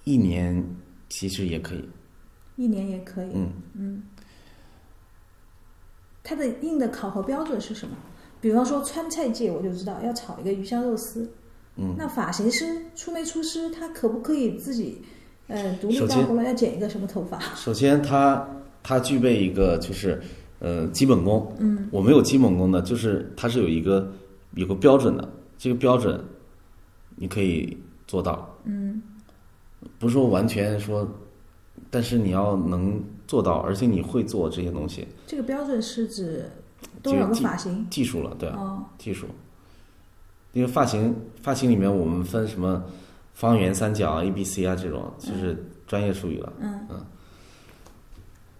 Speaker 2: 一年其实也可以。
Speaker 1: 一年也可以。
Speaker 2: 嗯
Speaker 1: 它的硬的考核标准是什么？比方说川菜界，我就知道要炒一个鱼香肉丝。
Speaker 2: 嗯，
Speaker 1: 那发型师出没出师，他可不可以自己呃独立
Speaker 2: 首
Speaker 1: 干
Speaker 2: 先
Speaker 1: 活了？要剪一个什么头发？
Speaker 2: 首先他，他具备一个就是呃基本功。嗯，我没有基本功的，就是它是有一个有个标准的，这个标准你可以做到。嗯，不是说完全说，但是你要能做到，而且你会做这些东西，
Speaker 1: 这个标准是指多少个发型？
Speaker 2: 技术了，对啊，
Speaker 1: 哦，
Speaker 2: 技术。因为发型发型里面我们分什么方圆三角啊、A、B、C 啊这种，就是专业术语了。
Speaker 1: 嗯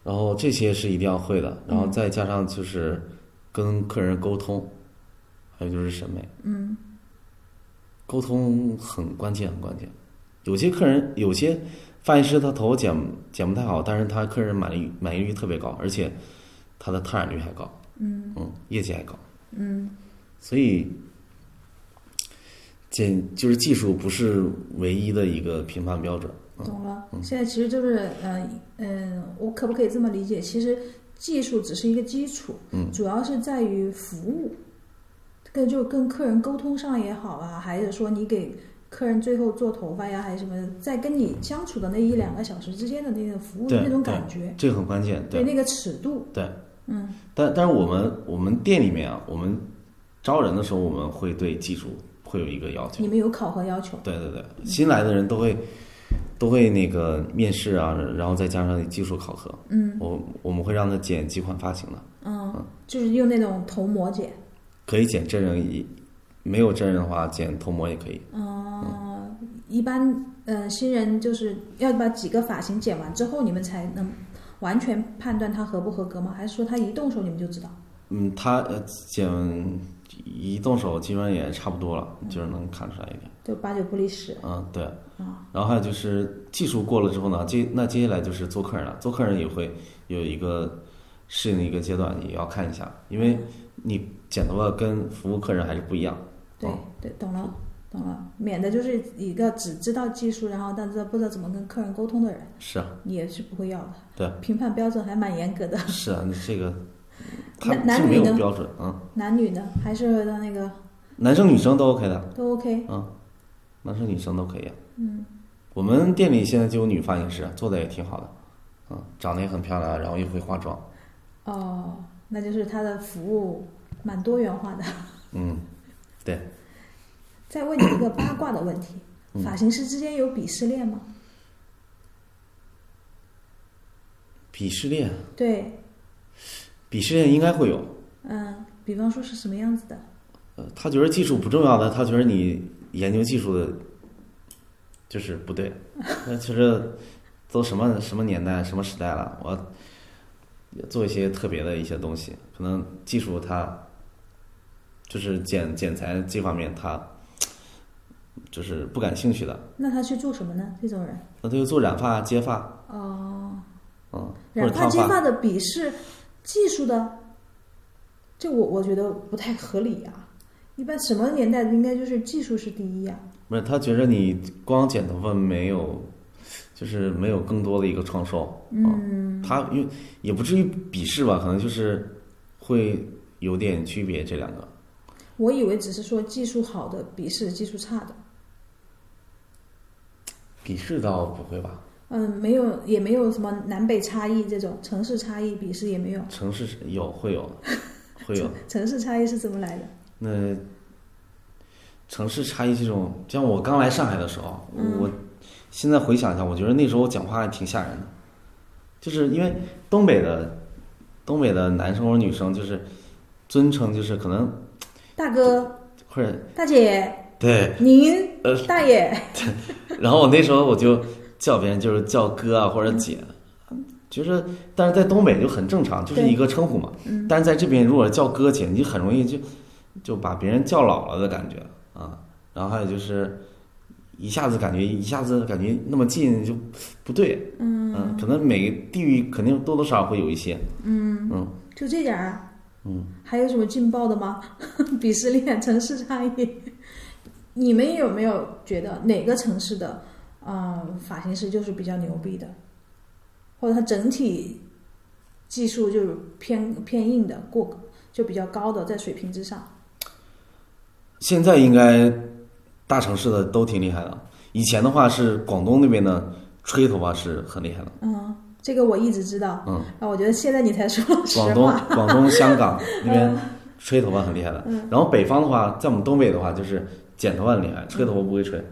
Speaker 2: 然后这些是一定要会的，然后
Speaker 1: 嗯
Speaker 2: 再加上就是跟客人沟通，还有就是审美，
Speaker 1: 嗯
Speaker 2: 沟通很关键，很关键。有些客人，有些发型师他头剪剪不太好，但是他客人满意满意率特别高，而且他的烫染率还高，
Speaker 1: 嗯
Speaker 2: 嗯，业绩还高，
Speaker 1: 嗯
Speaker 2: 所以剪就是技术不是唯一的一个评判标准。
Speaker 1: 懂了。
Speaker 2: 嗯
Speaker 1: 现在其实就是呃嗯、我可不可以这么理解？其实技术只是一个基础，
Speaker 2: 嗯
Speaker 1: 主要是在于服务，跟就跟客人沟通上也好啊，还是说你给客人最后做头发呀，还是什么，在跟你相处的那一两个小时之间的那个服务的
Speaker 2: 对
Speaker 1: 那种
Speaker 2: 对
Speaker 1: 感觉，
Speaker 2: 这个很关键，
Speaker 1: 对那个尺度，
Speaker 2: 对，
Speaker 1: 嗯
Speaker 2: 但但是我们我们店里面啊，我们招人的时候，我们会对技术会有一个要求
Speaker 1: 你。们有考核要求，
Speaker 2: 对对对，新来的人都会都会那个面试啊，然后再加上技术考核。
Speaker 1: 嗯，
Speaker 2: 我我们会让他剪几款发型的，
Speaker 1: 嗯，就是用那种头模剪，
Speaker 2: 可以剪真人，也没有真人的话剪头模也可以。
Speaker 1: 嗯，一般嗯、呃新人就是要把几个发型剪完之后，你们才能完全判断他合不合格吗？还是说他一动手你们就知道？
Speaker 2: 嗯，他呃剪一动手基本上也差不多了，就是能看出来一点。
Speaker 1: 就八九不离十。
Speaker 2: 嗯，对。
Speaker 1: 哦
Speaker 2: 然后还有就是技术过了之后呢，接那接下来就是做客人了，做客人也会有一个适应的一个阶段，也要看一下，因为你剪头发跟服务客人还是不一样。
Speaker 1: 对
Speaker 2: 哦
Speaker 1: 对，懂了懂了，免得就是一个只知道技术，然后但是不知道怎么跟客人沟通的人，
Speaker 2: 是啊，
Speaker 1: 你也是不会要的。
Speaker 2: 对，
Speaker 1: 评判标准还蛮严格的，
Speaker 2: 是啊，你这个他
Speaker 1: 男男
Speaker 2: 是没有
Speaker 1: 女呢
Speaker 2: 标准啊、
Speaker 1: 男女呢还是那个
Speaker 2: 嗯，男生女生都 OK 的，
Speaker 1: 都 OK。
Speaker 2: 男生女生都可以、啊。嗯，我们店里现在就有女发型师，做的也挺好的，嗯，长得也很漂亮，然后又会化妆，
Speaker 1: 哦，那就是他的服务蛮多元化的。
Speaker 2: 嗯，对，
Speaker 1: 再问你一个八卦的问题：发型师之间有鄙视链吗？
Speaker 2: 鄙视链
Speaker 1: 对，
Speaker 2: 鄙视链应该会有。
Speaker 1: 嗯，比方说是什么样子的？
Speaker 2: 呃，他觉得技术不重要的，他觉得你研究技术的，就是不对。那其实都什么什么年代、什么时代了，我要做一些特别的一些东西，可能技术它就是剪剪裁这方面他就是不感兴趣的，
Speaker 1: 那他去做什么呢？这种人？
Speaker 2: 那他就做染发、接发，
Speaker 1: 哦，
Speaker 2: 嗯，或
Speaker 1: 染
Speaker 2: 者
Speaker 1: 发
Speaker 2: 烫
Speaker 1: 接发的鄙视技术的，这我我觉得不太合理啊。一般什么年代应该就是技术是第一啊呀、
Speaker 2: 不是，他觉得你光剪头发没有，就是没有更多的一个创收。嗯，他因为也不至于鄙视吧，可能就是会有点区别这两个。
Speaker 1: 我以为只是说技术好的鄙视技术差的，
Speaker 2: 鄙视倒不会吧？
Speaker 1: 嗯，没有也没有什么南北差异这种城市差异鄙视也没有。
Speaker 2: 城市是有会有，会有。
Speaker 1: 城市差异是怎么来的？
Speaker 2: 那城市差异这种，像我刚来上海的时候，我现在回想一下，我觉得那时候我讲话还挺吓人的，就是因为东北的东北的男生或者女生就是尊称就是可能
Speaker 1: 大哥、
Speaker 2: 或者
Speaker 1: 大姐、
Speaker 2: 对，
Speaker 1: 您、
Speaker 2: 呃，
Speaker 1: 大爷，
Speaker 2: 然后我那时候我就叫别人就是叫哥啊或者姐，就是但是在东北就很正常，就是
Speaker 1: 对
Speaker 2: 一个称呼嘛。但是在这边如果叫哥姐，你很容易就就把别人叫老了的感觉啊。然后还有就是一下子感觉一下子感觉那么近就不对，嗯、可能每个地域肯定多多少少会有一些，嗯嗯，
Speaker 1: 就这点儿啊？嗯，还有什么劲爆的吗？ 鄙视链、城市差异，你们有没有觉得哪个城市的呃发型师就是比较牛逼的，或者他整体技术就是偏偏硬的，过就比较高的，在水平之上？
Speaker 2: 现在应该大城市的都挺厉害的，以前的话是广东那边的吹头发是很厉害的，
Speaker 1: 嗯，这个我一直知道。
Speaker 2: 嗯。
Speaker 1: 啊，我觉得现在你才说实
Speaker 2: 广东
Speaker 1: 话。、
Speaker 2: 广东、香港那边吹头发很厉害的。
Speaker 1: 嗯
Speaker 2: 然后北方的话，在我们东北的话，就是剪头发很厉害，吹头发不会吹，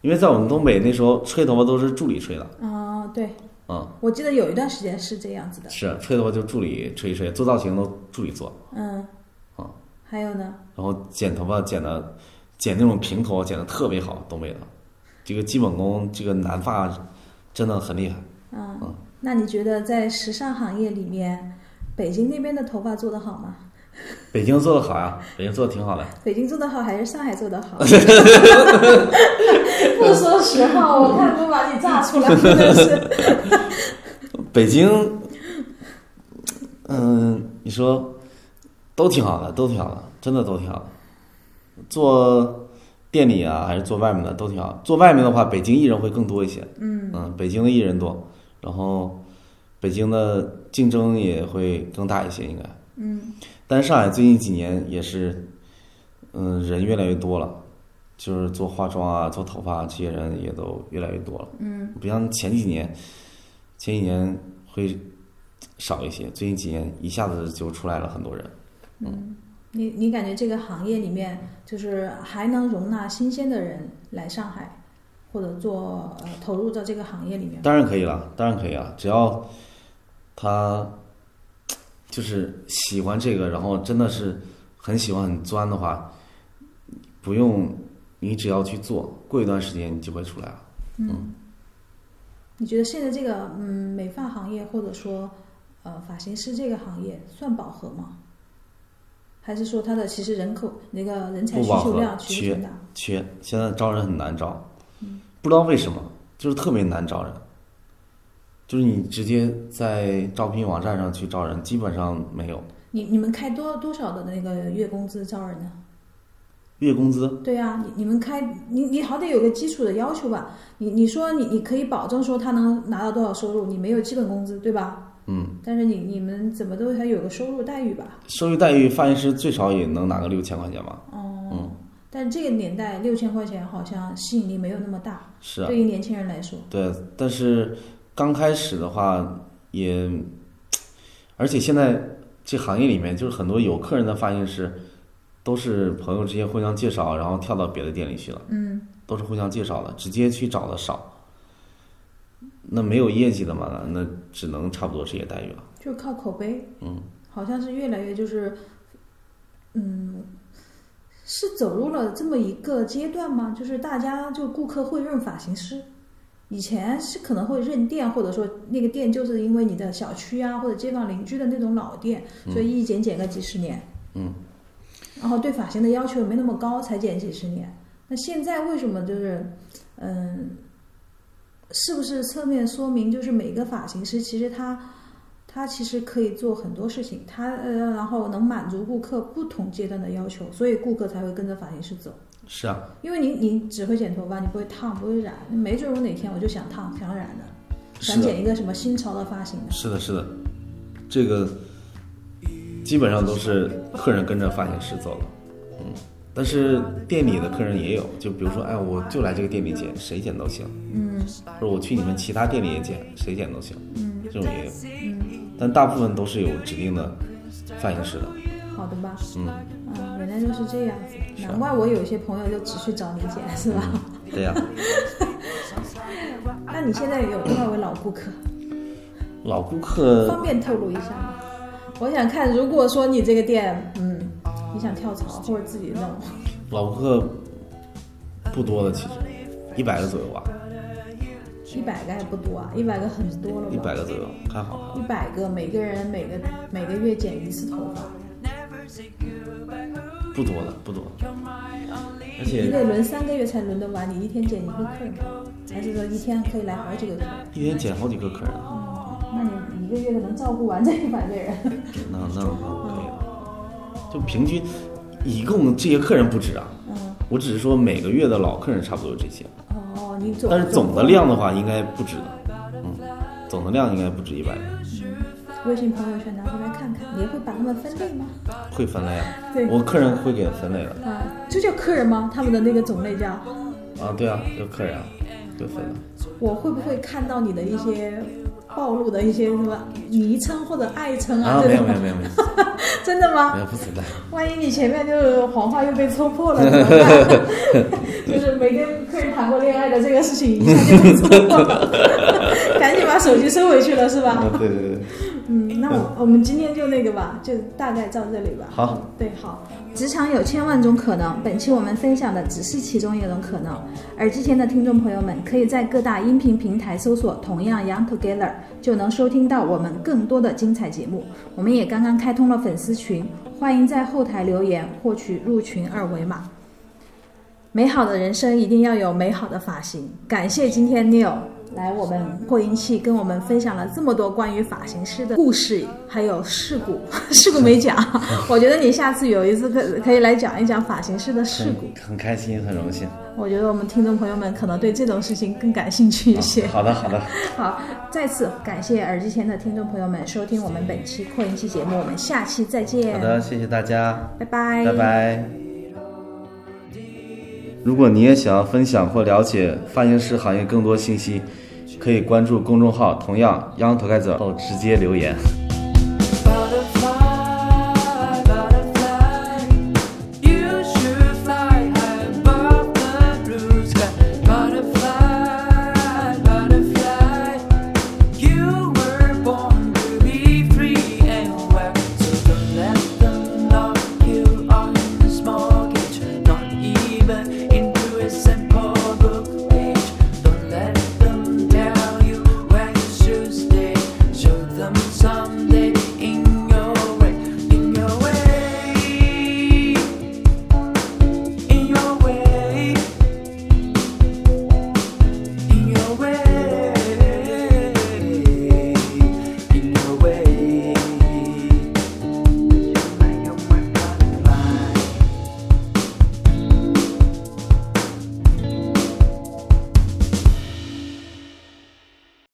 Speaker 2: 因为在我们东北那时候吹头发都是助理吹的，
Speaker 1: 啊、对，
Speaker 2: 嗯，
Speaker 1: 我记得有一段时间是这样子的。
Speaker 2: 是吹头发就助理吹一吹，做造型都助理做，
Speaker 1: 嗯，
Speaker 2: 啊
Speaker 1: 还有呢，
Speaker 2: 然后剪头发剪的剪那种平头剪的特别好，东北的这个基本功，这个南发真的很厉害。
Speaker 1: 嗯，
Speaker 2: 嗯
Speaker 1: 那你觉得在时尚行业里面，北京那边的头发做得好吗？
Speaker 2: 北京做的好呀，北京做的挺好的。
Speaker 1: 北京做得好还是上海做得 好？不说实话，我看都把你炸出来，真的是。
Speaker 2: 北京，嗯、你说都挺好的，都挺好的，真的都挺好的。做店里啊，还是做外面的都挺好。做外面的话，北京艺人会更多一些。嗯北京的艺人多，然后北京的竞争也会更大一些，应该。
Speaker 1: 嗯
Speaker 2: 但是上海最近几年也是，嗯、人越来越多了，就是做化妆啊、做头发、啊、这些人也都越来越多了。
Speaker 1: 嗯
Speaker 2: 不像前几年，前几年会少一些，最近几年一下子就出来了很多人。
Speaker 1: 嗯， 你你感觉这个行业里面，就是还能容纳新鲜的人来上海，或者做呃投入到这个行业里面吗？
Speaker 2: 当然可以了，当然可以啊，只要他就是喜欢这个，然后真的是很喜欢、很钻的话，不用你只要去做，过一段时间你就会出来了。
Speaker 1: 你觉得现在这个嗯美发行业或者说呃发型师这个行业算饱和吗？还是说它的其实人口那个人才
Speaker 2: 不
Speaker 1: 需
Speaker 2: 饱
Speaker 1: 求
Speaker 2: 和
Speaker 1: 量其实
Speaker 2: 缺
Speaker 1: 挺大？
Speaker 2: 缺现在招人很难招，不知道为什么，就是特别难招人。就是你直接在招聘网站上去招人，基本上没有
Speaker 1: 你你们开多多少的那个月工资招人呢？
Speaker 2: 月工资。
Speaker 1: 对啊，你你们开你你好歹有个基础的要求吧？你你说你你可以保证说他能拿到多少收入，你没有基本工资对吧？
Speaker 2: 嗯，
Speaker 1: 但是你你们怎么都还有个收入待遇吧？
Speaker 2: 收入待遇，发型师最少也能拿个六千块钱吧？
Speaker 1: 哦、
Speaker 2: 嗯
Speaker 1: 但这个年代六千块钱好像吸引力没有那么大，
Speaker 2: 是啊，
Speaker 1: 对于年轻人来说。
Speaker 2: 对。但是刚开始的话也，而且现在这行业里面，就是很多有客人的发型师，都是朋友之间互相介绍，然后跳到别的店里去了。
Speaker 1: 嗯，
Speaker 2: 都是互相介绍的，直接去找的少。那没有业绩的嘛，那只能差不多这些待遇了。
Speaker 1: 就是靠口碑。
Speaker 2: 嗯，
Speaker 1: 好像是越来越就是，嗯，是走入了这么一个阶段吗？就是大家就顾客会认发型师，以前是可能会认店，或者说那个店就是因为你的小区啊或者街坊邻居的那种老店，所以一剪剪个几十年。
Speaker 2: 嗯。
Speaker 1: 然后对发型的要求没那么高，才剪几十年。那现在为什么就是，嗯，是不是侧面说明就是每个发型师其实他他其实可以做很多事情，他呃，然后能满足顾客不同阶段的要求，所以顾客才会跟着发型师走。
Speaker 2: 是啊，
Speaker 1: 因为你你只会剪头发，你不会烫，不会染，没准我哪天我就想烫想染的，
Speaker 2: 是
Speaker 1: 想
Speaker 2: 的，
Speaker 1: 剪一个什么新潮的发型的。
Speaker 2: 是的，是的，这个基本上都是客人跟着发型师走了，嗯，但是店里的客人也有，就比如说，哎，我就来这个店里剪，谁剪都行，
Speaker 1: 嗯
Speaker 2: 或者我去你们其他店里也剪，谁剪都行，
Speaker 1: 嗯
Speaker 2: 这种也有，
Speaker 1: 嗯，
Speaker 2: 但大部分都是有指定的发型师的，
Speaker 1: 好的吧，
Speaker 2: 嗯，
Speaker 1: 嗯，原来就是这样子，
Speaker 2: 是啊嗯
Speaker 1: 难怪我有一些朋友就只去找你剪，是吧？
Speaker 2: 对呀、
Speaker 1: 那你现在有多少位老顾客？
Speaker 2: 老顾客
Speaker 1: 方便透露一下吗？我想看，如果说你这个店，嗯，你想跳槽或者自己弄，
Speaker 2: 老顾客不多的，其实一百个左右吧，
Speaker 1: 一百个还不多啊，一百个很多了吧？
Speaker 2: 一百个左右还好。
Speaker 1: 一百个，每个人每个每个月剪一次头发，
Speaker 2: 不多的，不多的。而
Speaker 1: 你
Speaker 2: 且
Speaker 1: 得轮三个月才轮得完，你一天剪一个客人吗，还是说一天可以来好几个客人？
Speaker 2: 一天捡好几个客人，
Speaker 1: 哦，那你一个月能照顾完这一 百个人？
Speaker 2: 那那那可以了。就平均，一共这些客人不止啊，
Speaker 1: 嗯，
Speaker 2: 我只是说每个月的老客人差不多有这些，
Speaker 1: 哦，你总
Speaker 2: 但是总的量的话应该不止的，嗯，总的量应该不止一百，
Speaker 1: 微信朋友圈拿出来看看，你会把他们分类吗？
Speaker 2: 会分类啊
Speaker 1: 对，
Speaker 2: 我客人会给分类的
Speaker 1: 啊，就叫客人吗？他们的那个种类叫？
Speaker 2: 啊，对啊，就客人啊，会分的。
Speaker 1: 我会不会看到你的一些暴露的一些什么昵称或者爱称啊？
Speaker 2: 啊，
Speaker 1: 这
Speaker 2: 没
Speaker 1: 种
Speaker 2: 有没有没有没有
Speaker 1: 真的吗
Speaker 2: 没？有不 存在，
Speaker 1: 万一你前面就是谎话又被戳破了，怎么办 就是没跟客人谈过恋爱的这个事情一下就被戳破了，赶紧把手机收回去了是吧？
Speaker 2: 啊对对对，对
Speaker 1: 嗯，那我我们今天就那个吧，就大概到这里吧。
Speaker 2: 好，
Speaker 1: 对，好。职场有千万种可能，本期我们分享的只是其中一种可能。耳机前的听众朋友们，可以在各大音频平台搜索“同样 Young Together”，就能收听到我们更多的精彩节目。我们也刚刚开通了粉丝群，欢迎在后台留言获取入群二维码。美好的人生一定要有美好的发型。感谢今天 Neil 来我们扩音器跟我们分享了这么多关于发型师的故事，还有事故，事故没讲。我觉得你下次有一次可可以来讲一讲发型师的事故。
Speaker 2: 很很开心，很荣幸。
Speaker 1: 我觉得我们听众朋友们可能对这种事情更感兴趣一些。
Speaker 2: 好的好的，
Speaker 1: 好，再次感谢耳机前的听众朋友们收听我们本期扩音器节目，我们下期再见
Speaker 2: 好，的，谢谢大家。
Speaker 1: 拜拜，
Speaker 2: 拜。拜。如果你也想要分享或了解发型师行业更多信息，可以关注公众号，同样 Young t o g e t h e 后直接留言。